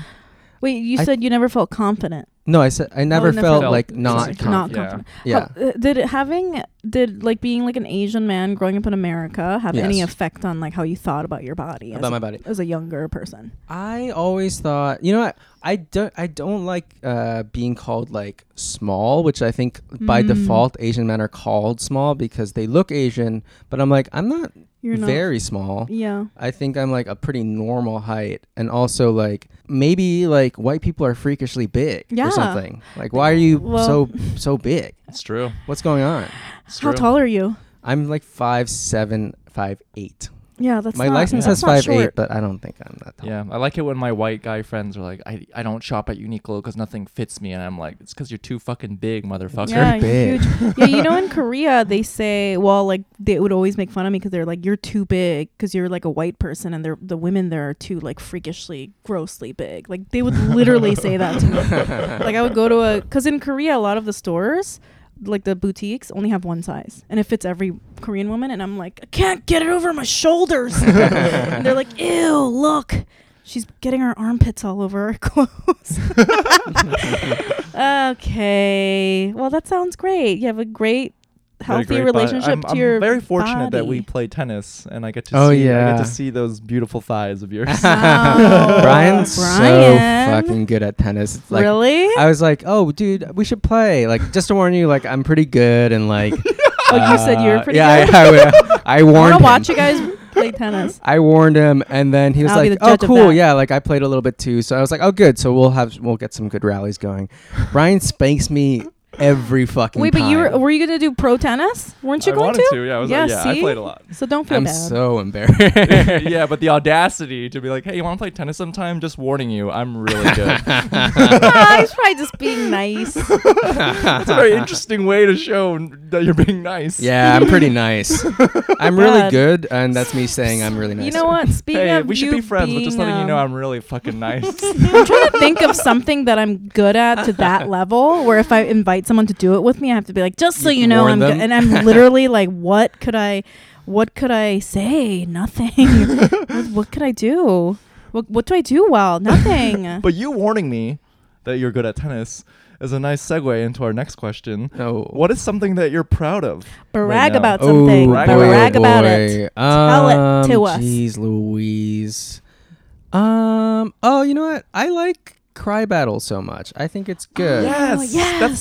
Speaker 1: Wait, you
Speaker 3: I-
Speaker 1: said you never felt confident.
Speaker 3: No, I said I never
Speaker 1: Oh, never
Speaker 3: felt
Speaker 1: felt
Speaker 3: like
Speaker 1: Felt
Speaker 3: not
Speaker 2: insecure.
Speaker 3: confident.
Speaker 1: Not
Speaker 2: Yeah.
Speaker 1: confident.
Speaker 3: Yeah.
Speaker 1: How- uh, did it having did like being like an Asian man growing up in America have any
Speaker 3: Yes.
Speaker 1: effect on like how you thought about your body as,
Speaker 3: About my body.
Speaker 1: as a younger person?
Speaker 3: I always thought, you know what? I don't I don't like uh, being called like small, which I think by
Speaker 1: Mm.
Speaker 3: default Asian men are called small because they look Asian, but I'm like I'm not
Speaker 1: You're not
Speaker 3: very small.
Speaker 1: Yeah.
Speaker 3: I think I'm like a pretty normal height and also like maybe like white people are freakishly big
Speaker 1: Yeah.
Speaker 3: or something. Like why are you
Speaker 1: Well-
Speaker 3: so so big?
Speaker 2: It's true.
Speaker 3: What's going on?
Speaker 2: It's
Speaker 1: How
Speaker 2: true.
Speaker 1: tall are you?
Speaker 3: I'm like five seven, five eight.
Speaker 1: Yeah, that's
Speaker 3: My
Speaker 1: not-
Speaker 3: license
Speaker 1: that's
Speaker 3: has
Speaker 1: not
Speaker 3: five eight,
Speaker 1: short.
Speaker 3: but I don't think I'm that tall.
Speaker 2: Yeah, I like it when my white guy friends are like, I, I don't shop at Uniqlo because nothing fits me. And I'm like, it's because you're too fucking big, motherfucker. [LAUGHS]
Speaker 1: Yeah,
Speaker 3: You're
Speaker 1: you're
Speaker 3: big.
Speaker 1: huge. yeah, you know, in Korea, they say, well, like they would always make fun of me because they're like, "You're too big," because you're like a white person, and they're the women there are too like freakishly, grossly big. Like they would literally say that to me. Like I would go to a, because in Korea, a lot of the stores, like the boutiques, only have one size, and it fits every Korean woman. And I'm like, I can't get it over my shoulders.
Speaker 3: [LAUGHS]
Speaker 1: and they're like, "Ew, look." She's getting her armpits all over her [LAUGHS]
Speaker 3: [LAUGHS]
Speaker 1: clothes. okay. Well, that sounds great. You have a great,
Speaker 2: Very
Speaker 1: healthy
Speaker 2: great body.
Speaker 1: relationship
Speaker 2: I'm,
Speaker 1: to
Speaker 2: I'm
Speaker 1: your.
Speaker 2: very fortunate that [LAUGHS]
Speaker 1: body.
Speaker 2: we play tennis and I get to
Speaker 3: Oh,
Speaker 2: see I
Speaker 3: yeah.
Speaker 2: get to see those beautiful thighs of
Speaker 1: [LAUGHS]
Speaker 2: yours.
Speaker 1: Wow.
Speaker 3: Brian's
Speaker 1: Oh, Brian.
Speaker 3: so fucking good at tennis. It's Like,
Speaker 1: really?
Speaker 3: I was like, oh, dude, we should play. Like, just to warn you, like, I'm pretty good, and like,
Speaker 1: [LAUGHS] oh, you said you were
Speaker 3: uh,
Speaker 1: pretty.
Speaker 3: yeah,
Speaker 1: good.
Speaker 3: I, I, I
Speaker 1: [LAUGHS] I
Speaker 3: warned
Speaker 1: want
Speaker 3: him.
Speaker 1: to watch you guys play tennis.
Speaker 3: I warned him, and then he was
Speaker 1: I'll be
Speaker 3: like,
Speaker 1: the
Speaker 3: "Oh,
Speaker 1: judge of
Speaker 3: cool,
Speaker 1: that.
Speaker 3: yeah." Like I played a little bit too, so I was like, "Oh, good." So we'll have we'll get some good rallies
Speaker 1: [LAUGHS]
Speaker 3: going. Brian spanks me every fucking.
Speaker 1: Wait, but you were
Speaker 3: time.
Speaker 1: were you gonna do pro tennis? Weren't you
Speaker 2: I
Speaker 1: going
Speaker 2: wanted to. Yeah, I was like, yeah, I
Speaker 1: see?
Speaker 2: played a lot.
Speaker 1: So don't feel
Speaker 3: I'm
Speaker 1: bad. [LAUGHS]
Speaker 2: [LAUGHS]
Speaker 3: so embarrassed. [LAUGHS]
Speaker 2: yeah, but the audacity to be like, hey, you want to play tennis sometime? Just warning you, I'm really [LAUGHS] good.
Speaker 1: Ah, he's probably just
Speaker 3: [LAUGHS]
Speaker 1: being nice.
Speaker 2: It's a very interesting way to show n- that you're being nice.
Speaker 3: yeah, I'm
Speaker 1: [LAUGHS]
Speaker 3: pretty nice. I'm really
Speaker 1: God.
Speaker 3: good, and that's me saying I'm really nice.
Speaker 1: You know what? Speaking
Speaker 2: Hey,
Speaker 1: of
Speaker 2: we should
Speaker 1: you
Speaker 2: be friends, but just
Speaker 1: being,
Speaker 2: letting you know
Speaker 1: um,
Speaker 2: I'm really fucking
Speaker 1: [LAUGHS]
Speaker 2: nice. [LAUGHS]
Speaker 1: I'm trying to think of something that I'm good at to
Speaker 2: [LAUGHS]
Speaker 1: that level where if I invite someone to do it with me, I have to be like, just so
Speaker 3: You
Speaker 1: you know,
Speaker 3: warn
Speaker 1: I'm good.
Speaker 3: them. [LAUGHS]
Speaker 1: And I'm literally like, what could I, what could I say?
Speaker 3: [LAUGHS]
Speaker 1: Nothing. what, what could I do? What, what do I do well? Nothing.
Speaker 2: [LAUGHS] but you warning me that you're good at tennis is a nice segue into our next question.
Speaker 3: Oh.
Speaker 2: What is something that you're proud of?
Speaker 1: brag
Speaker 2: now.
Speaker 1: about
Speaker 3: Oh,
Speaker 1: something.
Speaker 2: brag
Speaker 1: brag,
Speaker 2: about it.
Speaker 1: about it. Tell it to us.
Speaker 3: Jeez, Um, Louise. Um. Oh, you know what? I like cry battle so much. I think
Speaker 1: Oh,
Speaker 3: it's good.
Speaker 2: Yes, that's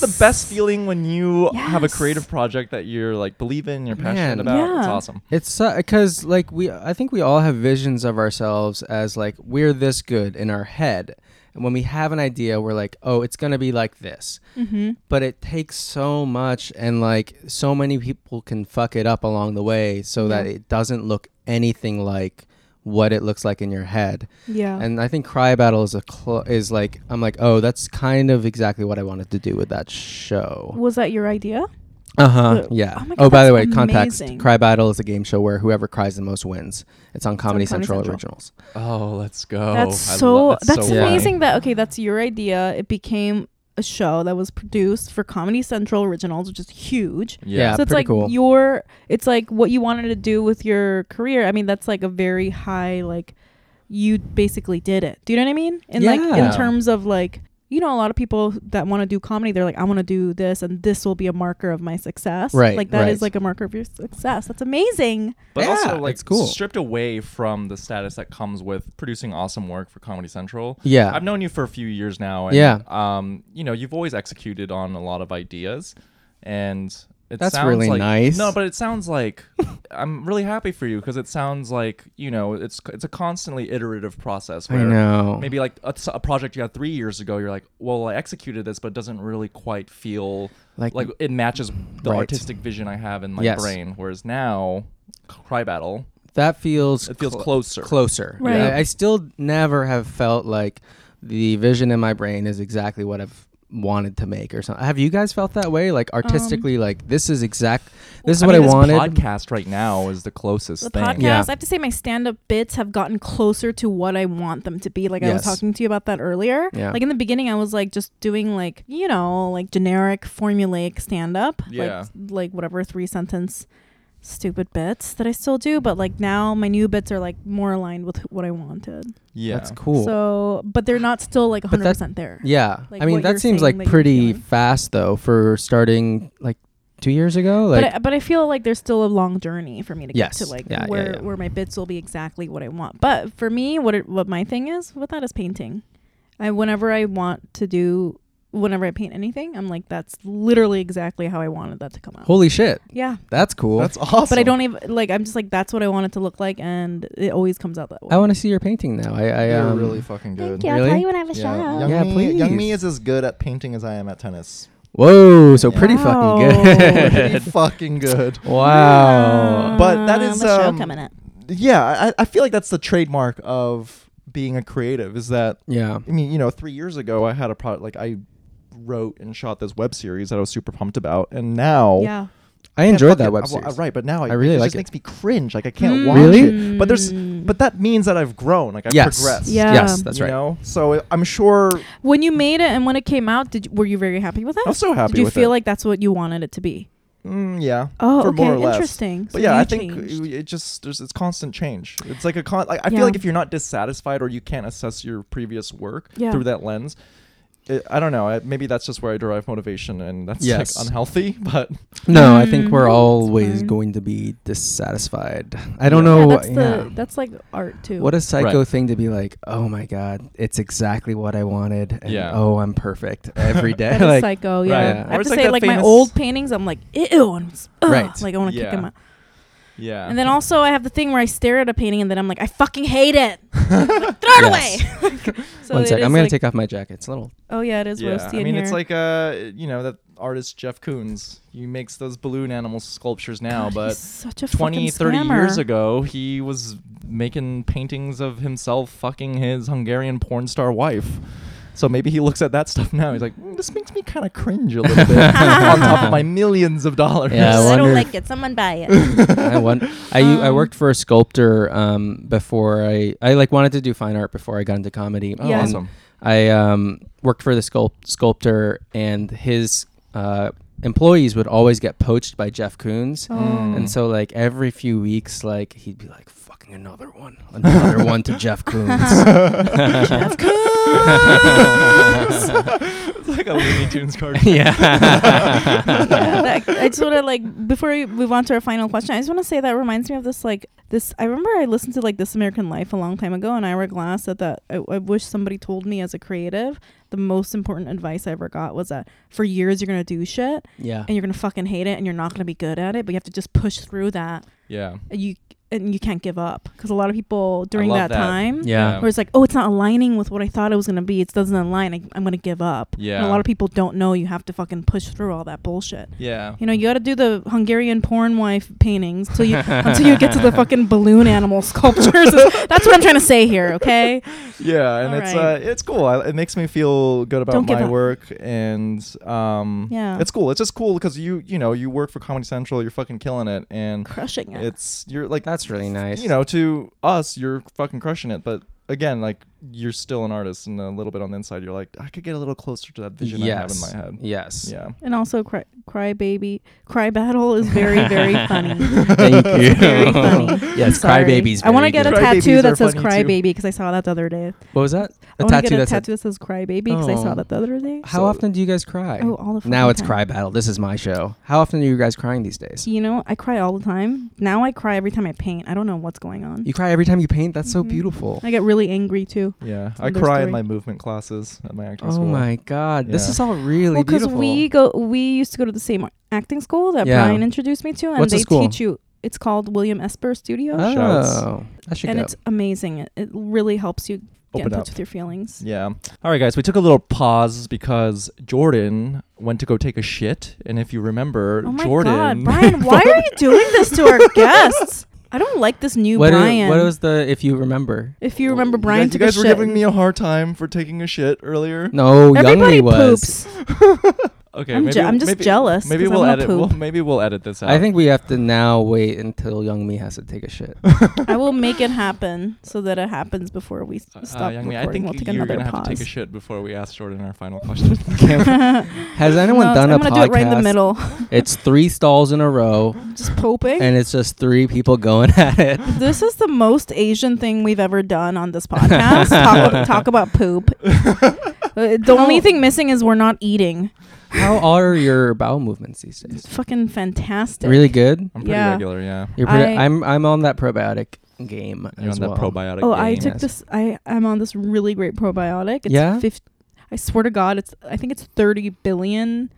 Speaker 1: yes.
Speaker 2: the best feeling when you have a
Speaker 1: Yes.
Speaker 2: creative project that you're like believe in, you're passionate
Speaker 3: Man.
Speaker 2: about. It's
Speaker 1: Yeah.
Speaker 2: awesome.
Speaker 3: It's because like we, I think we all have visions of ourselves as like we're this good in our head, and when we have an idea, we're like, oh, it's gonna be like this.
Speaker 1: Mm-hmm.
Speaker 3: But it takes so much, and like so many people can fuck it up along the way, so that
Speaker 1: Yeah.
Speaker 3: it doesn't look anything like what it looks like in your head.
Speaker 1: Yeah.
Speaker 3: And I think Cry Battle is a cl- is like I'm like oh that's kind of exactly what I wanted to do with that show.
Speaker 1: was that your idea?
Speaker 3: Uh
Speaker 2: Uh-huh.
Speaker 3: huh.
Speaker 1: Wh-
Speaker 3: Yeah.
Speaker 1: oh
Speaker 3: Oh,
Speaker 1: my God,
Speaker 3: by the way,
Speaker 1: that's
Speaker 3: context:
Speaker 1: amazing.
Speaker 3: Cry Battle is a game show where whoever cries the most wins. It's on
Speaker 1: Comedy
Speaker 3: Comedy, Central,
Speaker 1: Central.
Speaker 3: originals.
Speaker 2: Oh, let's go.
Speaker 1: that's
Speaker 2: I
Speaker 1: so
Speaker 2: love-
Speaker 1: that's
Speaker 2: so
Speaker 3: funny.
Speaker 1: amazing that okay that's your idea it became a show that was produced for comedy central originals which is huge
Speaker 3: Yeah,
Speaker 1: so it's
Speaker 3: pretty
Speaker 1: like
Speaker 3: cool.
Speaker 1: your it's like what you wanted to do with your career i mean that's like a very high like you basically did it do you know what i mean and like in
Speaker 3: Yeah.
Speaker 1: terms of like you know a lot of people that want to do comedy they're like i want to do this and this will be a marker of my success
Speaker 3: Right,
Speaker 1: like that is
Speaker 3: right.
Speaker 1: like a marker of your success that's amazing
Speaker 2: But
Speaker 3: Yeah,
Speaker 2: also like
Speaker 3: it's cool.
Speaker 2: stripped away from the status that comes with producing awesome work for Comedy Central.
Speaker 3: Yeah.
Speaker 2: I've known you for a few years now. And,
Speaker 3: Yeah.
Speaker 2: Um, you know, you've always executed on a lot of ideas, and It
Speaker 3: That's
Speaker 2: sounds
Speaker 3: really
Speaker 2: like-
Speaker 3: nice.
Speaker 2: No, but it sounds like [LAUGHS] I'm really happy for you because it sounds like you know it's it's a constantly iterative process. Where
Speaker 3: I know.
Speaker 2: Maybe like a, a project you had three years ago, you're like, well, I executed this, but it doesn't really quite feel
Speaker 3: Like-
Speaker 2: like, it matches the
Speaker 3: Right.
Speaker 2: artistic vision I have in my
Speaker 3: Yes.
Speaker 2: brain. Whereas now, Cry Battle,
Speaker 3: that feels
Speaker 2: it feels
Speaker 3: clo-
Speaker 2: closer.
Speaker 3: closer.
Speaker 1: Right.
Speaker 3: I, I still never have felt like the vision in my brain is exactly what I've wanted to make or something. Have you guys felt that way? Like
Speaker 1: Um,
Speaker 3: artistically, like this is exact. This is
Speaker 2: I
Speaker 3: what
Speaker 2: mean,
Speaker 3: I
Speaker 2: this
Speaker 3: wanted.
Speaker 2: Podcast right now is the closest
Speaker 1: the
Speaker 2: thing.
Speaker 1: podcast.
Speaker 3: Yeah.
Speaker 1: I have to say my stand-up bits have gotten closer to what I want them to be. Like I was
Speaker 3: Yes.
Speaker 1: talking to you about that earlier.
Speaker 3: Yeah.
Speaker 1: Like in the beginning, I was like just doing like you know like generic formulaic stand-up.
Speaker 2: Yeah.
Speaker 1: Like, like whatever three sentence stupid bits that I still do, but like now my new bits are like more aligned with what I wanted.
Speaker 2: Yeah,
Speaker 3: That's cool.
Speaker 1: So, but they're not still like
Speaker 3: that-
Speaker 1: 100 percent there.
Speaker 3: yeah.
Speaker 1: like,
Speaker 3: I mean,
Speaker 1: what
Speaker 3: that
Speaker 1: you're saying
Speaker 3: seems like
Speaker 1: that you're
Speaker 3: pretty
Speaker 1: feeling.
Speaker 3: fast though for starting like two years ago. Like
Speaker 1: but I, but I feel like there's still a long journey for me to
Speaker 3: Yes.
Speaker 1: get to like
Speaker 3: Yeah, yeah,
Speaker 1: where
Speaker 3: yeah.
Speaker 1: where my bits will be exactly what I want. But for me, what it, what my thing is with that is painting. I whenever I want to do whenever I paint anything, I'm like that's literally exactly how I wanted that to come out.
Speaker 3: holy shit,
Speaker 1: yeah.
Speaker 3: that's cool.
Speaker 2: that's awesome.
Speaker 1: But I don't even like I'm just like that's what I want it to look like and it always comes out that way.
Speaker 3: I want to see your painting now. I, I
Speaker 2: You're
Speaker 3: um,
Speaker 2: really fucking good.
Speaker 3: I'll Really? tell you
Speaker 4: when I have a
Speaker 3: show. Yeah,
Speaker 5: young me, young
Speaker 3: please.
Speaker 5: me is as good at painting as I am at
Speaker 3: [LAUGHS]
Speaker 5: tennis.
Speaker 3: whoa, so pretty
Speaker 1: Wow.
Speaker 3: fucking
Speaker 1: [LAUGHS]
Speaker 3: good. [LAUGHS]
Speaker 5: Pretty fucking good.
Speaker 3: Oh. wow.
Speaker 5: But that is,
Speaker 1: the show
Speaker 5: um,
Speaker 1: coming up.
Speaker 5: Yeah, I, I feel like that's the trademark of being a creative. Is that
Speaker 3: Yeah.
Speaker 5: I mean, you know, three years ago I had a product like I wrote and shot this web series that I was super pumped about, and now
Speaker 1: Yeah.
Speaker 3: I
Speaker 5: Yeah,
Speaker 3: enjoyed
Speaker 5: fuck
Speaker 3: that
Speaker 5: it.
Speaker 3: web
Speaker 5: I-
Speaker 3: series.
Speaker 5: I- right, but now I,
Speaker 3: I really
Speaker 5: it
Speaker 3: like
Speaker 5: just
Speaker 3: it.
Speaker 5: makes me cringe. Like I can't
Speaker 1: Mm.
Speaker 5: watch
Speaker 3: Really?
Speaker 5: it. But there's
Speaker 1: Mm.
Speaker 5: but that means that I've grown. Like I've
Speaker 3: yes.
Speaker 5: progressed.
Speaker 1: Yeah.
Speaker 3: Yes, that's
Speaker 5: you
Speaker 3: right.
Speaker 5: Know? So I'm sure
Speaker 1: [LAUGHS] When you made it and when it came out, did you, were you very happy with it?
Speaker 5: I'm so happy
Speaker 1: Did you
Speaker 5: with
Speaker 1: feel
Speaker 5: it.
Speaker 1: like that's what you wanted it to be?
Speaker 5: Mm, yeah.
Speaker 1: Oh,
Speaker 5: for
Speaker 1: okay,
Speaker 5: more or less.
Speaker 1: interesting.
Speaker 5: But
Speaker 1: So
Speaker 5: yeah,
Speaker 1: you
Speaker 5: I think
Speaker 1: changed.
Speaker 5: it, it just there's it's constant change. It's like a con. I, I
Speaker 1: Yeah.
Speaker 5: feel like if you're not dissatisfied or you can't assess your previous work
Speaker 1: Yeah.
Speaker 5: through that lens, it, I don't know. I, maybe that's just where I derive motivation, and that's
Speaker 3: Yes.
Speaker 5: like unhealthy. [LAUGHS] But
Speaker 3: No, I think
Speaker 1: Mm,
Speaker 3: we're
Speaker 1: that's
Speaker 3: always
Speaker 1: fine.
Speaker 3: going to be dissatisfied. I don't
Speaker 5: Yeah.
Speaker 3: know.
Speaker 1: yeah,
Speaker 3: what-
Speaker 1: that's the that's like art too.
Speaker 3: What a psycho
Speaker 2: Right.
Speaker 3: thing to be like, oh my god, it's exactly what I wanted, and
Speaker 2: Yeah.
Speaker 3: oh, I'm perfect
Speaker 2: [LAUGHS]
Speaker 3: every day. [LAUGHS]
Speaker 1: That is
Speaker 3: like,
Speaker 1: psycho, yeah.
Speaker 3: Right.
Speaker 1: I
Speaker 3: Or
Speaker 1: have
Speaker 5: it's
Speaker 1: to
Speaker 5: like
Speaker 1: say,
Speaker 5: that
Speaker 1: like my
Speaker 5: famous-
Speaker 1: old paintings, I'm like, ew, and it's, ugh,
Speaker 3: Right.
Speaker 1: like I want to kick
Speaker 2: Yeah.
Speaker 1: him out.
Speaker 2: Yeah.
Speaker 1: And then
Speaker 2: [LAUGHS]
Speaker 1: also, I have the thing where I stare at a painting and then I'm like, I fucking hate it. Like, throw it
Speaker 3: Yes.
Speaker 1: away. [LAUGHS] so
Speaker 3: one
Speaker 1: it
Speaker 3: sec,
Speaker 1: is
Speaker 3: I'm gonna
Speaker 1: like-
Speaker 3: take off my jacket. It's
Speaker 2: [LAUGHS]
Speaker 3: a little.
Speaker 1: Oh yeah, it is
Speaker 2: yeah.
Speaker 1: roasty
Speaker 2: I
Speaker 1: in
Speaker 2: mean,
Speaker 1: here.
Speaker 2: it's like uh, you know, that artist Jeff Koons. He makes those balloon animal sculptures now,
Speaker 1: God,
Speaker 2: but
Speaker 1: he's such a
Speaker 2: 20
Speaker 1: fucking
Speaker 2: 30 years
Speaker 1: scammer.
Speaker 2: ago he was making paintings of himself fucking his hungarian porn star wife so maybe he looks at that stuff now he's like "Mm, this makes me kind of cringe a little bit
Speaker 1: [LAUGHS]
Speaker 2: on top of my millions of dollars
Speaker 3: Yeah, I
Speaker 1: I
Speaker 3: wonder
Speaker 1: don't
Speaker 3: if-
Speaker 1: like it. Someone buy it.
Speaker 3: [LAUGHS] I want. I u- I
Speaker 1: Um,
Speaker 3: worked for a sculptor um, before I I like wanted to do fine art before I got into comedy.
Speaker 2: oh
Speaker 1: Yeah.
Speaker 3: and
Speaker 2: awesome
Speaker 3: I um, worked for the sculpt- sculptor, and his uh, employees would always get poached by Jeff Koons.
Speaker 1: Oh.
Speaker 3: And so like every few weeks, like he'd be like, "Fucking another one,
Speaker 1: [LAUGHS]
Speaker 3: another one to Jeff Koons."
Speaker 1: Jeff Koons.
Speaker 2: it's like a Looney Tunes cartoon
Speaker 1: [LAUGHS]
Speaker 2: [LAUGHS]
Speaker 1: Yeah,
Speaker 3: yeah.
Speaker 1: that- I just want to like before we move on to our final question. I just want to say that reminds me of this like this. I remember I listened to like This American Life a long time ago, and Ira Glass said that I, I wish somebody told me as a creative the most important advice I ever got was that for years you're gonna do shit
Speaker 3: [LAUGHS] yeah.
Speaker 1: and you're gonna fucking hate it and you're not gonna be good at it, but you have to just push through that.
Speaker 2: yeah
Speaker 1: And you and you can't give up because a lot of people during
Speaker 2: love
Speaker 1: that,
Speaker 2: that.
Speaker 1: time
Speaker 3: Yeah.
Speaker 1: where it's like, oh, it's not aligning with what I thought it was gonna be. It doesn't align. I, I'm gonna give up. And
Speaker 2: Yeah.
Speaker 1: a lot of people don't know you have to fucking push through all that bullshit.
Speaker 2: yeah
Speaker 1: [LAUGHS] You know, you got to do the Hungarian porn wife paintings till you
Speaker 3: [LAUGHS]
Speaker 1: until you get to the fucking balloon animal [LAUGHS] sculptures. That's what I'm trying to say here, okay?
Speaker 2: yeah and
Speaker 1: All
Speaker 2: it's
Speaker 1: right.
Speaker 2: uh it's cool I, it makes me feel good about
Speaker 1: Don't give
Speaker 2: my
Speaker 1: up.
Speaker 2: work and um
Speaker 1: Yeah.
Speaker 2: it's cool it's just cool because you you know you work for comedy central you're fucking killing it and
Speaker 1: Crushing it.
Speaker 2: it's you're like
Speaker 3: That's really nice.
Speaker 2: you know, to us, you're fucking crushing it. But again, like you're still an artist, and a little bit on the inside, you're like, I could get a little closer to that vision
Speaker 3: yes.
Speaker 2: I have in my head.
Speaker 3: Yes.
Speaker 2: Yeah.
Speaker 1: and also cry, cry baby, cry battle is very very
Speaker 3: [LAUGHS]
Speaker 1: funny.
Speaker 3: Thank you.
Speaker 1: Very funny.
Speaker 3: [LAUGHS] Yes,
Speaker 1: Sorry.
Speaker 3: Crybabies.
Speaker 1: I want to get a
Speaker 2: good.
Speaker 1: tattoo
Speaker 2: Crybabies
Speaker 1: that
Speaker 2: are
Speaker 1: says
Speaker 2: funny
Speaker 1: cry
Speaker 2: too.
Speaker 1: baby because I saw that the other day.
Speaker 3: What was
Speaker 1: I
Speaker 3: that? A
Speaker 1: want to
Speaker 3: tattoo
Speaker 1: get a
Speaker 3: that's
Speaker 1: tattoo that says cry baby because I
Speaker 3: Oh.
Speaker 1: saw that the other day.
Speaker 3: How
Speaker 2: So-
Speaker 3: often do you guys cry?
Speaker 1: Oh, all the fucking
Speaker 3: now it's
Speaker 1: time.
Speaker 3: cry battle. This is my show. How often are you guys crying these days?
Speaker 1: You know, I cry all the time. Now I cry every time I paint. I don't know what's going on.
Speaker 3: You cry every time you paint. That's so
Speaker 1: Mhm.
Speaker 3: beautiful.
Speaker 1: I get really angry too. too.
Speaker 5: Yeah,
Speaker 1: It's
Speaker 5: I
Speaker 1: another
Speaker 5: cry
Speaker 1: story.
Speaker 5: in my movement classes at my acting
Speaker 3: Oh
Speaker 5: school.
Speaker 3: my god, this
Speaker 5: Yeah.
Speaker 3: is all really
Speaker 1: well, because
Speaker 3: beautiful.
Speaker 1: we go, we used to go to the same acting school that
Speaker 3: Yeah.
Speaker 1: Brian introduced me to, and
Speaker 3: What's the
Speaker 1: they
Speaker 3: school?
Speaker 1: teach you. It's called William Esper Studios,
Speaker 3: oh,
Speaker 5: Shouts.
Speaker 3: I should
Speaker 1: and
Speaker 3: go.
Speaker 1: it's amazing. It, it really helps you get in
Speaker 5: Open
Speaker 1: touch
Speaker 5: up.
Speaker 1: with your feelings.
Speaker 5: Yeah. All right, guys. We took a little pause because Jordan went to go take a shit, and if you remember,
Speaker 1: Oh my
Speaker 5: Jordan. [LAUGHS]
Speaker 1: god,
Speaker 2: [LAUGHS]
Speaker 1: Brian, why are you doing this to our guests? I don't like this new
Speaker 3: what,
Speaker 1: Brian.
Speaker 3: i- what was the if you remember?
Speaker 1: if you
Speaker 2: Oh,
Speaker 1: remember, Brian
Speaker 5: You guys,
Speaker 1: took
Speaker 5: you guys
Speaker 1: a
Speaker 5: were
Speaker 1: shit.
Speaker 5: giving me a hard time for taking a shit earlier.
Speaker 3: No,
Speaker 1: Everybody
Speaker 3: Youngly was.
Speaker 1: poops.
Speaker 5: [LAUGHS] Okay,
Speaker 1: I'm
Speaker 5: maybe,
Speaker 1: je- I'm just
Speaker 5: maybe-
Speaker 1: jealous
Speaker 5: Maybe
Speaker 1: 'cause I
Speaker 5: we'll
Speaker 1: wanna
Speaker 5: edit.
Speaker 1: poop.
Speaker 5: We'll, maybe we'll edit this out.
Speaker 3: I think we have to now wait until Young Me has to take a shit.
Speaker 1: I will make it happen so that it happens before we s-
Speaker 5: Uh,
Speaker 1: stop
Speaker 5: young
Speaker 1: recording.
Speaker 5: me, I think
Speaker 1: we'll take
Speaker 5: you're
Speaker 1: another
Speaker 5: gonna
Speaker 1: pause.
Speaker 5: have to take a shit before we ask Jordan our final question.
Speaker 1: [LAUGHS]
Speaker 3: Has anyone
Speaker 1: No,
Speaker 3: done
Speaker 1: I'm
Speaker 3: a
Speaker 1: gonna
Speaker 3: podcast?
Speaker 1: do it right in the middle.
Speaker 3: It's three stalls in a row,
Speaker 1: Just pooping.
Speaker 3: and it's just three people going [LAUGHS] at it.
Speaker 1: this is the most Asian thing we've ever done on this podcast.
Speaker 3: [LAUGHS]
Speaker 1: talk, talk
Speaker 5: [LAUGHS]
Speaker 1: about [LAUGHS] poop. Uh, the only thing missing is we're not eating.
Speaker 3: How are your bowel movements these
Speaker 1: It's
Speaker 3: days?
Speaker 1: fucking fantastic.
Speaker 3: Really good.
Speaker 5: I'm pretty
Speaker 1: Yeah.
Speaker 5: regular, yeah.
Speaker 3: You're pretty,
Speaker 1: I-
Speaker 3: I'm I'm on that probiotic game
Speaker 5: You're
Speaker 3: as
Speaker 5: on that
Speaker 3: well.
Speaker 5: probiotic.
Speaker 1: Oh,
Speaker 5: game.
Speaker 1: I took
Speaker 3: Yes.
Speaker 1: this. I I'm on this really great probiotic. It's
Speaker 3: Yeah?
Speaker 1: 50, I swear to God, it's. I think it's 30 billion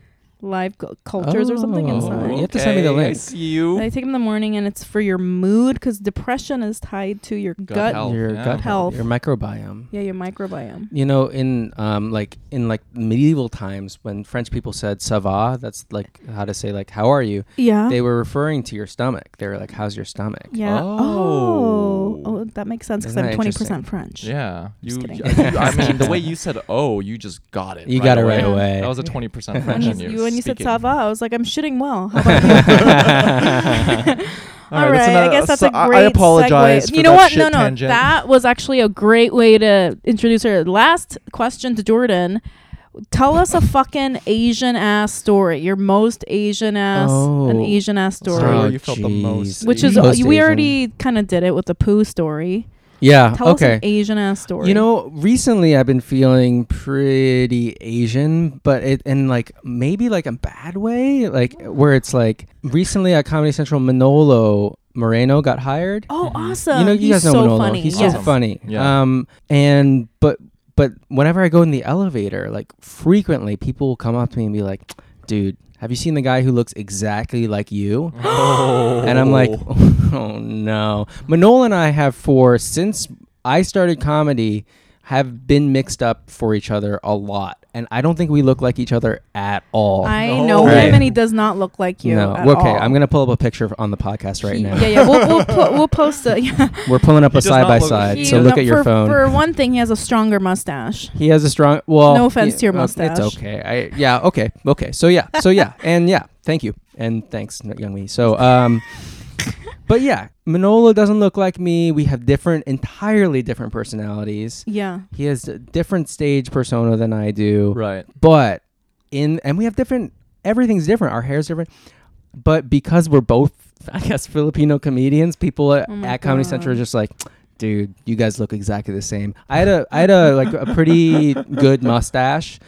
Speaker 1: live cu- cultures or something
Speaker 3: Oh,
Speaker 1: inside.
Speaker 3: you have to send me the
Speaker 5: Okay, I
Speaker 3: link.
Speaker 5: see you.
Speaker 1: I take them in the morning, and it's for your mood because depression is tied to your gut.
Speaker 5: health.
Speaker 3: your
Speaker 5: yeah.
Speaker 3: gut
Speaker 1: Health.
Speaker 3: health, your microbiome.
Speaker 1: Yeah, your microbiome.
Speaker 3: You know, in um, like in like medieval times, when French people said "ça va," that's like how to say like "how are you."
Speaker 1: Yeah.
Speaker 3: They were referring to your stomach. They were like, "How's your stomach?"
Speaker 1: yeah.
Speaker 5: Oh.
Speaker 1: Oh. Oh, that makes sense because
Speaker 3: Isn't
Speaker 1: I'm
Speaker 3: that
Speaker 1: 20% French.
Speaker 5: [LAUGHS] Yeah, you.
Speaker 1: [LAUGHS] Just kidding.
Speaker 5: [LAUGHS] I mean, the way you said "oh," you just got it.
Speaker 3: You got it right
Speaker 1: Yeah.
Speaker 3: away.
Speaker 5: That was a twenty
Speaker 1: [LAUGHS]
Speaker 5: percent
Speaker 1: When
Speaker 5: French
Speaker 1: you,
Speaker 5: in
Speaker 1: you- when you said
Speaker 5: speaking.
Speaker 1: "ça va," I was like, "I'm shitting well." How
Speaker 5: [LAUGHS]
Speaker 1: about you? [LAUGHS] All
Speaker 5: All right,
Speaker 1: right,
Speaker 5: that's
Speaker 1: I
Speaker 5: another-
Speaker 1: guess that's a
Speaker 5: so I- I
Speaker 1: great.
Speaker 5: apologize
Speaker 1: segue.
Speaker 5: for
Speaker 1: you know
Speaker 5: that
Speaker 1: what?
Speaker 5: shit
Speaker 1: No, no,
Speaker 5: tangent.
Speaker 1: that was actually a great way to introduce her. Last question to Jordan: Tell us a fucking Asian ass story. Your most Asian ass, an
Speaker 3: Oh.
Speaker 1: Asian ass story.
Speaker 5: Sorry. where you felt the most
Speaker 1: Which is uh,
Speaker 5: Asian.
Speaker 3: Most
Speaker 1: we
Speaker 3: Asian.
Speaker 1: already kind of did it with the poo story.
Speaker 3: yeah
Speaker 1: Tell us
Speaker 3: okay.
Speaker 1: an Asian ass story.
Speaker 3: You know, recently I've been feeling pretty Asian, but it in like maybe like a bad way, like where it's like recently at Comedy Central, Manolo Moreno got hired.
Speaker 1: Oh, awesome!
Speaker 3: Mm-hmm. you know, you
Speaker 1: He's
Speaker 3: guys know
Speaker 1: so
Speaker 3: Manolo.
Speaker 1: funny.
Speaker 3: He's
Speaker 1: yes.
Speaker 3: so funny.
Speaker 5: Yeah.
Speaker 3: Um, and but but whenever I go in the elevator, like frequently, people will come up to me and be like, "Dude, have you seen the guy who looks exactly like you?"
Speaker 5: [LAUGHS] Oh.
Speaker 3: And I'm like, [LAUGHS] oh no. Manol and I have for since I started comedy have been mixed up for each other a lot, and I don't think we look like each other at all.
Speaker 1: I
Speaker 5: No.
Speaker 1: know
Speaker 3: Right.
Speaker 1: him, and he does not look like you.
Speaker 3: no.
Speaker 1: at
Speaker 3: Okay,
Speaker 1: all.
Speaker 3: I'm gonna pull up a picture on the podcast right
Speaker 1: He-
Speaker 3: now.
Speaker 1: Yeah, yeah. We'll we'll, pu- we'll post it. [LAUGHS] Yeah.
Speaker 3: We're pulling up
Speaker 5: He
Speaker 3: a
Speaker 5: does not
Speaker 3: side by
Speaker 5: look-
Speaker 3: side.
Speaker 5: He-
Speaker 3: So
Speaker 1: You
Speaker 3: look
Speaker 1: know,
Speaker 3: at your
Speaker 1: for,
Speaker 3: phone.
Speaker 1: For one thing, he has a stronger mustache.
Speaker 3: he has a strong. Well,
Speaker 1: No offense
Speaker 3: he-
Speaker 1: to your
Speaker 3: well,
Speaker 1: mustache.
Speaker 3: It's okay. I yeah. Okay. Okay. So yeah. So
Speaker 1: [LAUGHS]
Speaker 3: yeah. and yeah. Thank you. And thanks, Young Me. So um. But yeah, Manolo doesn't look like me. We have different, entirely different personalities.
Speaker 1: Yeah.
Speaker 3: He has a different stage persona than I do.
Speaker 5: [LAUGHS] right.
Speaker 3: But in and we have different everything's different. Our hair's different. But because we're both I guess Filipino comedians, people at,
Speaker 1: Oh my
Speaker 3: at Comedy
Speaker 1: God.
Speaker 3: Central are just like Dude, you guys look exactly the same. I had a, I had a like a
Speaker 1: [LAUGHS]
Speaker 3: pretty good mustache,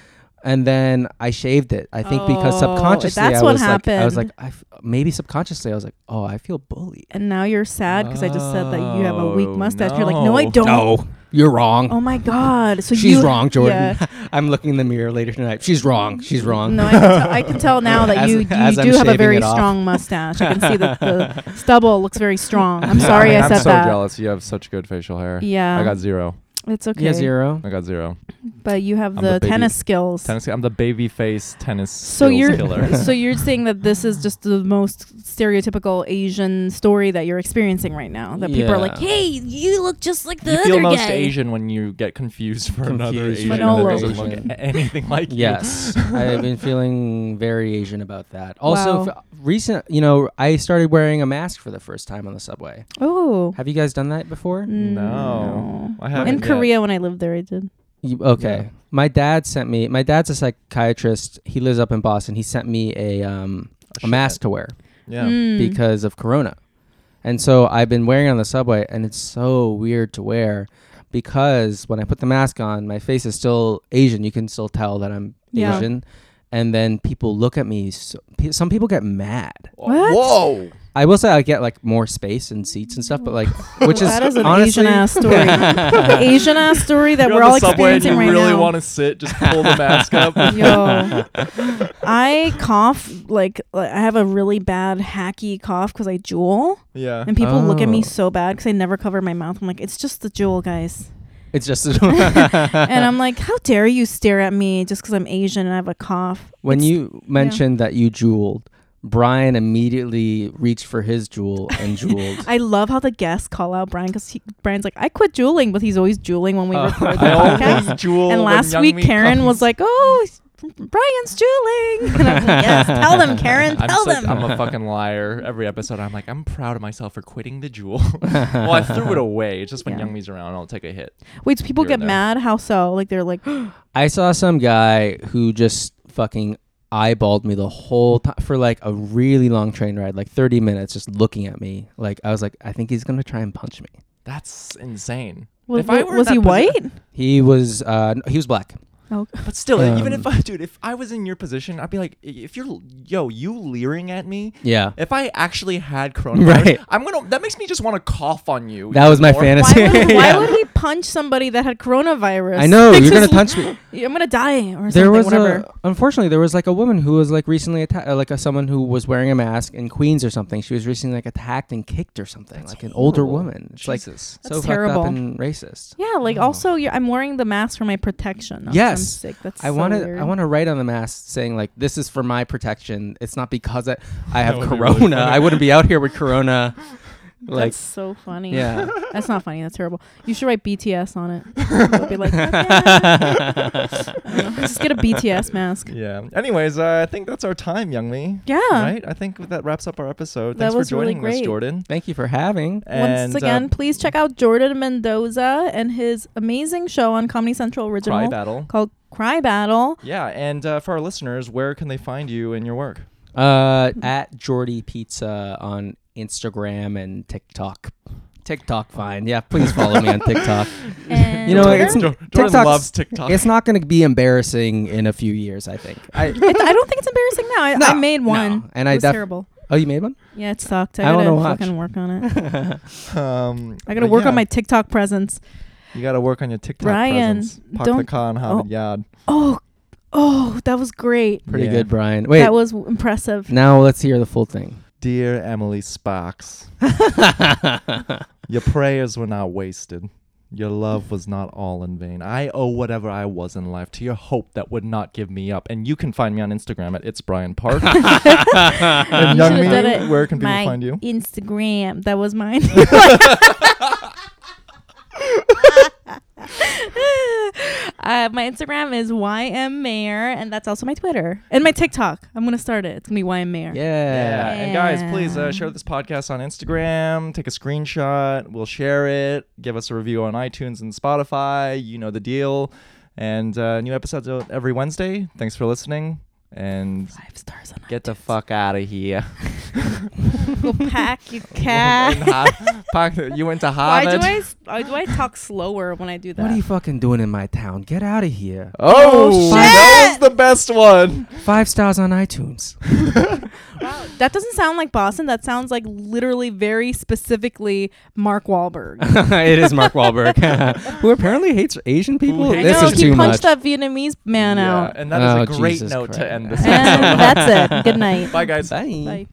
Speaker 3: and then I shaved it. I think because
Speaker 1: Oh,
Speaker 3: subconsciously
Speaker 1: that's
Speaker 3: I
Speaker 1: what
Speaker 3: was like, I was like,
Speaker 1: happened.
Speaker 3: I f- maybe subconsciously I was like, oh, I feel bullied.
Speaker 1: And now you're sad because I just said that you have a weak
Speaker 5: Oh,
Speaker 1: mustache. You're like, no, I
Speaker 5: no.
Speaker 1: don't.
Speaker 3: No, you're wrong.
Speaker 1: Oh my God. So
Speaker 3: She's
Speaker 1: you-
Speaker 3: wrong, Jordan.
Speaker 1: Yeah.
Speaker 3: I'm looking in the mirror later tonight. She's wrong. She's wrong.
Speaker 1: No, I can, tell, I can
Speaker 3: [LAUGHS]
Speaker 1: tell now that
Speaker 3: As-
Speaker 1: you, you do
Speaker 3: as I'm
Speaker 1: have a
Speaker 3: shaving
Speaker 1: very
Speaker 3: it off.
Speaker 1: strong mustache. I can see that
Speaker 3: [LAUGHS]
Speaker 1: the stubble looks very strong.
Speaker 2: [LAUGHS]
Speaker 1: I'm sorry I,
Speaker 5: am
Speaker 1: said
Speaker 5: so
Speaker 1: that.
Speaker 5: jealous. You have such good facial hair.
Speaker 1: Yeah.
Speaker 5: I got zero.
Speaker 1: it's okay.
Speaker 3: Yeah, zero.
Speaker 2: [LAUGHS]
Speaker 5: I got zero.
Speaker 1: But you have
Speaker 5: I'm the
Speaker 1: the,
Speaker 5: baby.
Speaker 1: tennis skills.
Speaker 5: Tennis. I'm the baby face tennis
Speaker 1: so
Speaker 5: skills
Speaker 1: you're
Speaker 5: killer.
Speaker 1: [LAUGHS] so you're saying that this is just the most stereotypical Asian story that you're experiencing right now. That people are
Speaker 3: Yeah.
Speaker 1: like, "Hey, you look just like the
Speaker 5: you
Speaker 1: other
Speaker 5: feel most
Speaker 1: guy."
Speaker 5: Asian when you get confused for another
Speaker 3: Confused
Speaker 5: Asian
Speaker 1: for
Speaker 5: that
Speaker 1: another
Speaker 5: doesn't look
Speaker 3: Asian.
Speaker 5: a- anything like you.
Speaker 1: [LAUGHS]
Speaker 2: [LAUGHS]
Speaker 3: Yes, I've been feeling very Asian about that. Also,
Speaker 1: Wow.
Speaker 3: f- recent, you know, I started wearing a mask for the first time on the subway.
Speaker 1: Oh, mm,
Speaker 3: Have you guys done that before?
Speaker 5: No. I haven't
Speaker 1: In
Speaker 5: yet.
Speaker 1: Korea, when I lived there, I did.
Speaker 3: You- okay.
Speaker 5: Yeah.
Speaker 3: My dad sent me. My dad's a psychiatrist. He lives up in Boston. He sent me a um, a
Speaker 5: shit.
Speaker 3: mask to wear
Speaker 5: Yeah.
Speaker 1: Mm.
Speaker 3: because of Corona, and so I've been wearing it on the subway, and it's so weird to wear because when I put the mask on, my face is still Asian. You can still tell that I'm
Speaker 1: Yeah.
Speaker 3: Asian, and then people look at me. So, pe- some people get mad.
Speaker 1: What?
Speaker 5: Whoa.
Speaker 3: I will say I get like more space and seats and stuff,
Speaker 1: [LAUGHS]
Speaker 3: but like, which is,
Speaker 1: that is an
Speaker 3: honestly,
Speaker 1: Asian ass story. the Asian ass story that
Speaker 2: You're
Speaker 1: we're
Speaker 2: on
Speaker 1: all
Speaker 2: the subway and you
Speaker 1: experiencing right
Speaker 2: really
Speaker 1: now.
Speaker 2: want to sit, just pull the
Speaker 1: [LAUGHS]
Speaker 2: mask up.
Speaker 1: Yo, I cough like, like I have a really bad hacky cough because I jewel,
Speaker 2: Yeah.
Speaker 1: and people look at
Speaker 3: Oh.
Speaker 1: me so bad because I never cover my mouth. I'm like, it's just the jewel,
Speaker 2: [LAUGHS]
Speaker 1: guys.
Speaker 3: it's just [LAUGHS]
Speaker 1: and I'm like, how dare you stare at me just because I'm Asian and I have a cough?
Speaker 3: when
Speaker 1: It's-
Speaker 3: you mentioned that you jeweled. Brian immediately reached for his jewel and jeweled.
Speaker 1: I love how the guests call out Brian because Brian's like, I quit jeweling, but he's always jeweling when we
Speaker 3: Oh.
Speaker 1: record the
Speaker 2: Uh, [LAUGHS] I
Speaker 1: podcast.
Speaker 2: always jewel.
Speaker 1: and
Speaker 2: when
Speaker 1: last
Speaker 2: Young
Speaker 1: week,
Speaker 2: Me
Speaker 1: Karen
Speaker 2: comes.
Speaker 1: was like, oh, Brian's jeweling. And I was like, yes, tell them, Karen,
Speaker 2: [LAUGHS] I'm,
Speaker 1: tell
Speaker 2: such-
Speaker 1: them.
Speaker 2: I'm a fucking liar. Every episode, I'm like, I'm proud of myself for quitting the jewel.
Speaker 1: [LAUGHS]
Speaker 2: well, I threw it away. It's just when
Speaker 1: Yeah.
Speaker 2: Young Me's around, I'll take a hit.
Speaker 1: Wait, so people
Speaker 2: Here
Speaker 1: get
Speaker 2: and "Oh, there.
Speaker 1: mad? How so? Like they're like, [GASPS]
Speaker 3: I saw some guy who just fucking eyeballed me the whole time for like a really long train ride, like 30 minutes, just looking at me. Like, I was like, I think he's gonna try and punch me.
Speaker 2: That's insane.
Speaker 1: was,
Speaker 2: If I were in
Speaker 1: was
Speaker 2: that
Speaker 1: he
Speaker 2: posi-
Speaker 1: white?
Speaker 3: He was, uh, n- he was black.
Speaker 2: [LAUGHS]
Speaker 1: Oh,
Speaker 2: But still, even
Speaker 3: Um,
Speaker 2: if I, [LAUGHS] dude, if I was in your position, I'd be like, "I- if you're, yo, you leering at me.
Speaker 3: Yeah.
Speaker 2: If I actually had coronavirus,
Speaker 3: Right.
Speaker 2: I'm gonna. That makes me just want to cough on you.
Speaker 3: That was my
Speaker 2: even more.
Speaker 1: why,
Speaker 3: fantasy.
Speaker 1: would, why
Speaker 3: Yeah.
Speaker 1: would he punch somebody that had coronavirus?
Speaker 3: I know,
Speaker 1: It's
Speaker 3: you're gonna
Speaker 1: just-
Speaker 3: punch me.
Speaker 1: I'm gonna die [LAUGHS] or
Speaker 3: There
Speaker 1: something.
Speaker 3: was
Speaker 1: whatever.
Speaker 3: a, unfortunately, there was like a woman who was like recently attacked, like a, someone who was wearing a mask in Queens or something. She was recently like attacked and kicked or something,
Speaker 2: That's
Speaker 3: like an older
Speaker 2: horrible.
Speaker 3: woman. It's like
Speaker 2: Jesus.
Speaker 1: That's
Speaker 3: so
Speaker 1: terrible.
Speaker 3: fucked up and racist.
Speaker 1: yeah, like also, you're, I'm wearing the mask for my protection. not 'cause I'm
Speaker 3: Oh. Yes.
Speaker 1: sick. That's
Speaker 3: I
Speaker 1: so
Speaker 3: want to
Speaker 1: weird.
Speaker 3: I want to write on the mask saying like this is for my protection. It's not because I
Speaker 2: [LAUGHS]
Speaker 3: I have
Speaker 2: would be really
Speaker 3: corona. I wouldn't be out here with
Speaker 1: [LAUGHS]
Speaker 3: corona. Like
Speaker 1: that's so funny.
Speaker 3: yeah.
Speaker 1: [LAUGHS] that's not funny. That's terrible. You should write BTS on
Speaker 3: [LAUGHS]
Speaker 1: it. It'll be like, I don't know. [LAUGHS] just get a BTS mask.
Speaker 2: Yeah. Anyways, uh, I think that's our time, Young Me.
Speaker 1: Yeah.
Speaker 2: Right. I think that wraps up our episode.
Speaker 1: That
Speaker 2: Thanks
Speaker 1: was
Speaker 2: for
Speaker 1: really
Speaker 2: joining us,
Speaker 1: great.
Speaker 2: Jordan.
Speaker 3: Thank you for having.
Speaker 2: And, uh,
Speaker 1: Once again, please check out Jordan Mendoza and his amazing show on Comedy Central
Speaker 2: uh, cry
Speaker 1: Original
Speaker 2: battle.
Speaker 1: called Cry Battle.
Speaker 2: Yeah, and uh, for our listeners, where can they find you and your work?
Speaker 3: Uh, at Jordy Pizza on Instagram and TikTok. TikTok, fine. Yeah, please follow me
Speaker 1: [LAUGHS]
Speaker 3: on TikTok.
Speaker 1: And
Speaker 3: You know,
Speaker 1: Twitter?
Speaker 3: it's,
Speaker 2: Jordan
Speaker 3: TikTok's-
Speaker 2: loves TikTok.
Speaker 3: It's not going to be embarrassing in a few years, I think.
Speaker 1: [LAUGHS]
Speaker 3: I,
Speaker 1: It's- I don't think it's embarrassing now. [LAUGHS] I, I
Speaker 3: No,
Speaker 1: made
Speaker 3: no.
Speaker 1: one.
Speaker 3: And
Speaker 1: it
Speaker 3: I
Speaker 1: was
Speaker 3: def-
Speaker 1: terrible.
Speaker 3: oh, you made one?
Speaker 1: Yeah, it sucked. I,
Speaker 3: I
Speaker 1: gotta
Speaker 3: wanna watch.
Speaker 1: fucking work on it.
Speaker 3: [LAUGHS]
Speaker 2: Um,
Speaker 1: I gotta
Speaker 2: but
Speaker 1: work
Speaker 2: yeah,
Speaker 1: on my TikTok presence.
Speaker 2: You gotta work on your TikTok
Speaker 1: Brian,
Speaker 2: presence. Park the
Speaker 1: don't-
Speaker 2: car and have
Speaker 1: oh.
Speaker 2: it yard.
Speaker 1: Oh, oh, that was great.
Speaker 3: Pretty
Speaker 2: Yeah.
Speaker 3: good, Brian. Wait,
Speaker 1: That was w- impressive.
Speaker 3: now let's hear the full thing.
Speaker 2: Dear Emily Sparks, your prayers were not wasted. Your love was not all in vain. I owe whatever I was in life to your hope that would not give me up. And you can find me on Instagram at it's Brian [LAUGHS] Park. and
Speaker 1: You
Speaker 2: Young
Speaker 1: should've done
Speaker 2: Me,
Speaker 1: it.
Speaker 2: where can people
Speaker 1: my
Speaker 2: find you?
Speaker 1: Instagram. That was
Speaker 2: [LAUGHS]
Speaker 1: mine. [LAUGHS] uh, my Instagram is ymmayer, and that's also my Twitter and my TikTok. I'm gonna start it. It's gonna be ymmayer.
Speaker 2: Yeah.
Speaker 3: Yeah.
Speaker 2: And guys, please
Speaker 1: Yeah.
Speaker 2: uh, share this podcast on Instagram. Take a screenshot. We'll share it. Give us a review on iTunes and Spotify. You know the deal. And uh, new episodes out every Wednesday. Thanks for listening. And
Speaker 1: Five stars on
Speaker 2: get the
Speaker 1: iTunes.
Speaker 2: fuck out
Speaker 1: [LAUGHS]
Speaker 2: of here. [LAUGHS]
Speaker 1: Go pack your
Speaker 2: And
Speaker 1: cat.
Speaker 2: Har- Park- you went to
Speaker 1: Why do
Speaker 2: Harvard.
Speaker 1: I s- why do I talk slower when I do that?
Speaker 3: What are you fucking doing in my town? Get out of here.
Speaker 2: Oh,
Speaker 1: Oh,
Speaker 2: that was
Speaker 1: shit!
Speaker 2: the best one.
Speaker 3: Five stars on iTunes.
Speaker 1: Wow, that doesn't sound like Boston. That sounds like literally very specifically Mark Wahlberg.
Speaker 3: [LAUGHS] it is Mark Wahlberg, [LAUGHS] who apparently hates Asian people.
Speaker 2: hates
Speaker 3: this
Speaker 1: no,
Speaker 3: is
Speaker 1: he
Speaker 3: too
Speaker 1: punched
Speaker 3: much.
Speaker 1: that Vietnamese man
Speaker 2: Yeah,
Speaker 1: out.
Speaker 2: And that is
Speaker 3: Oh,
Speaker 2: a great
Speaker 3: Jesus
Speaker 1: [LAUGHS]
Speaker 2: note [LAUGHS]
Speaker 3: Christ.
Speaker 2: to end this
Speaker 1: And
Speaker 2: episode.
Speaker 1: that's it. Good night.
Speaker 2: Bye, [LAUGHS] guys.
Speaker 1: Bye.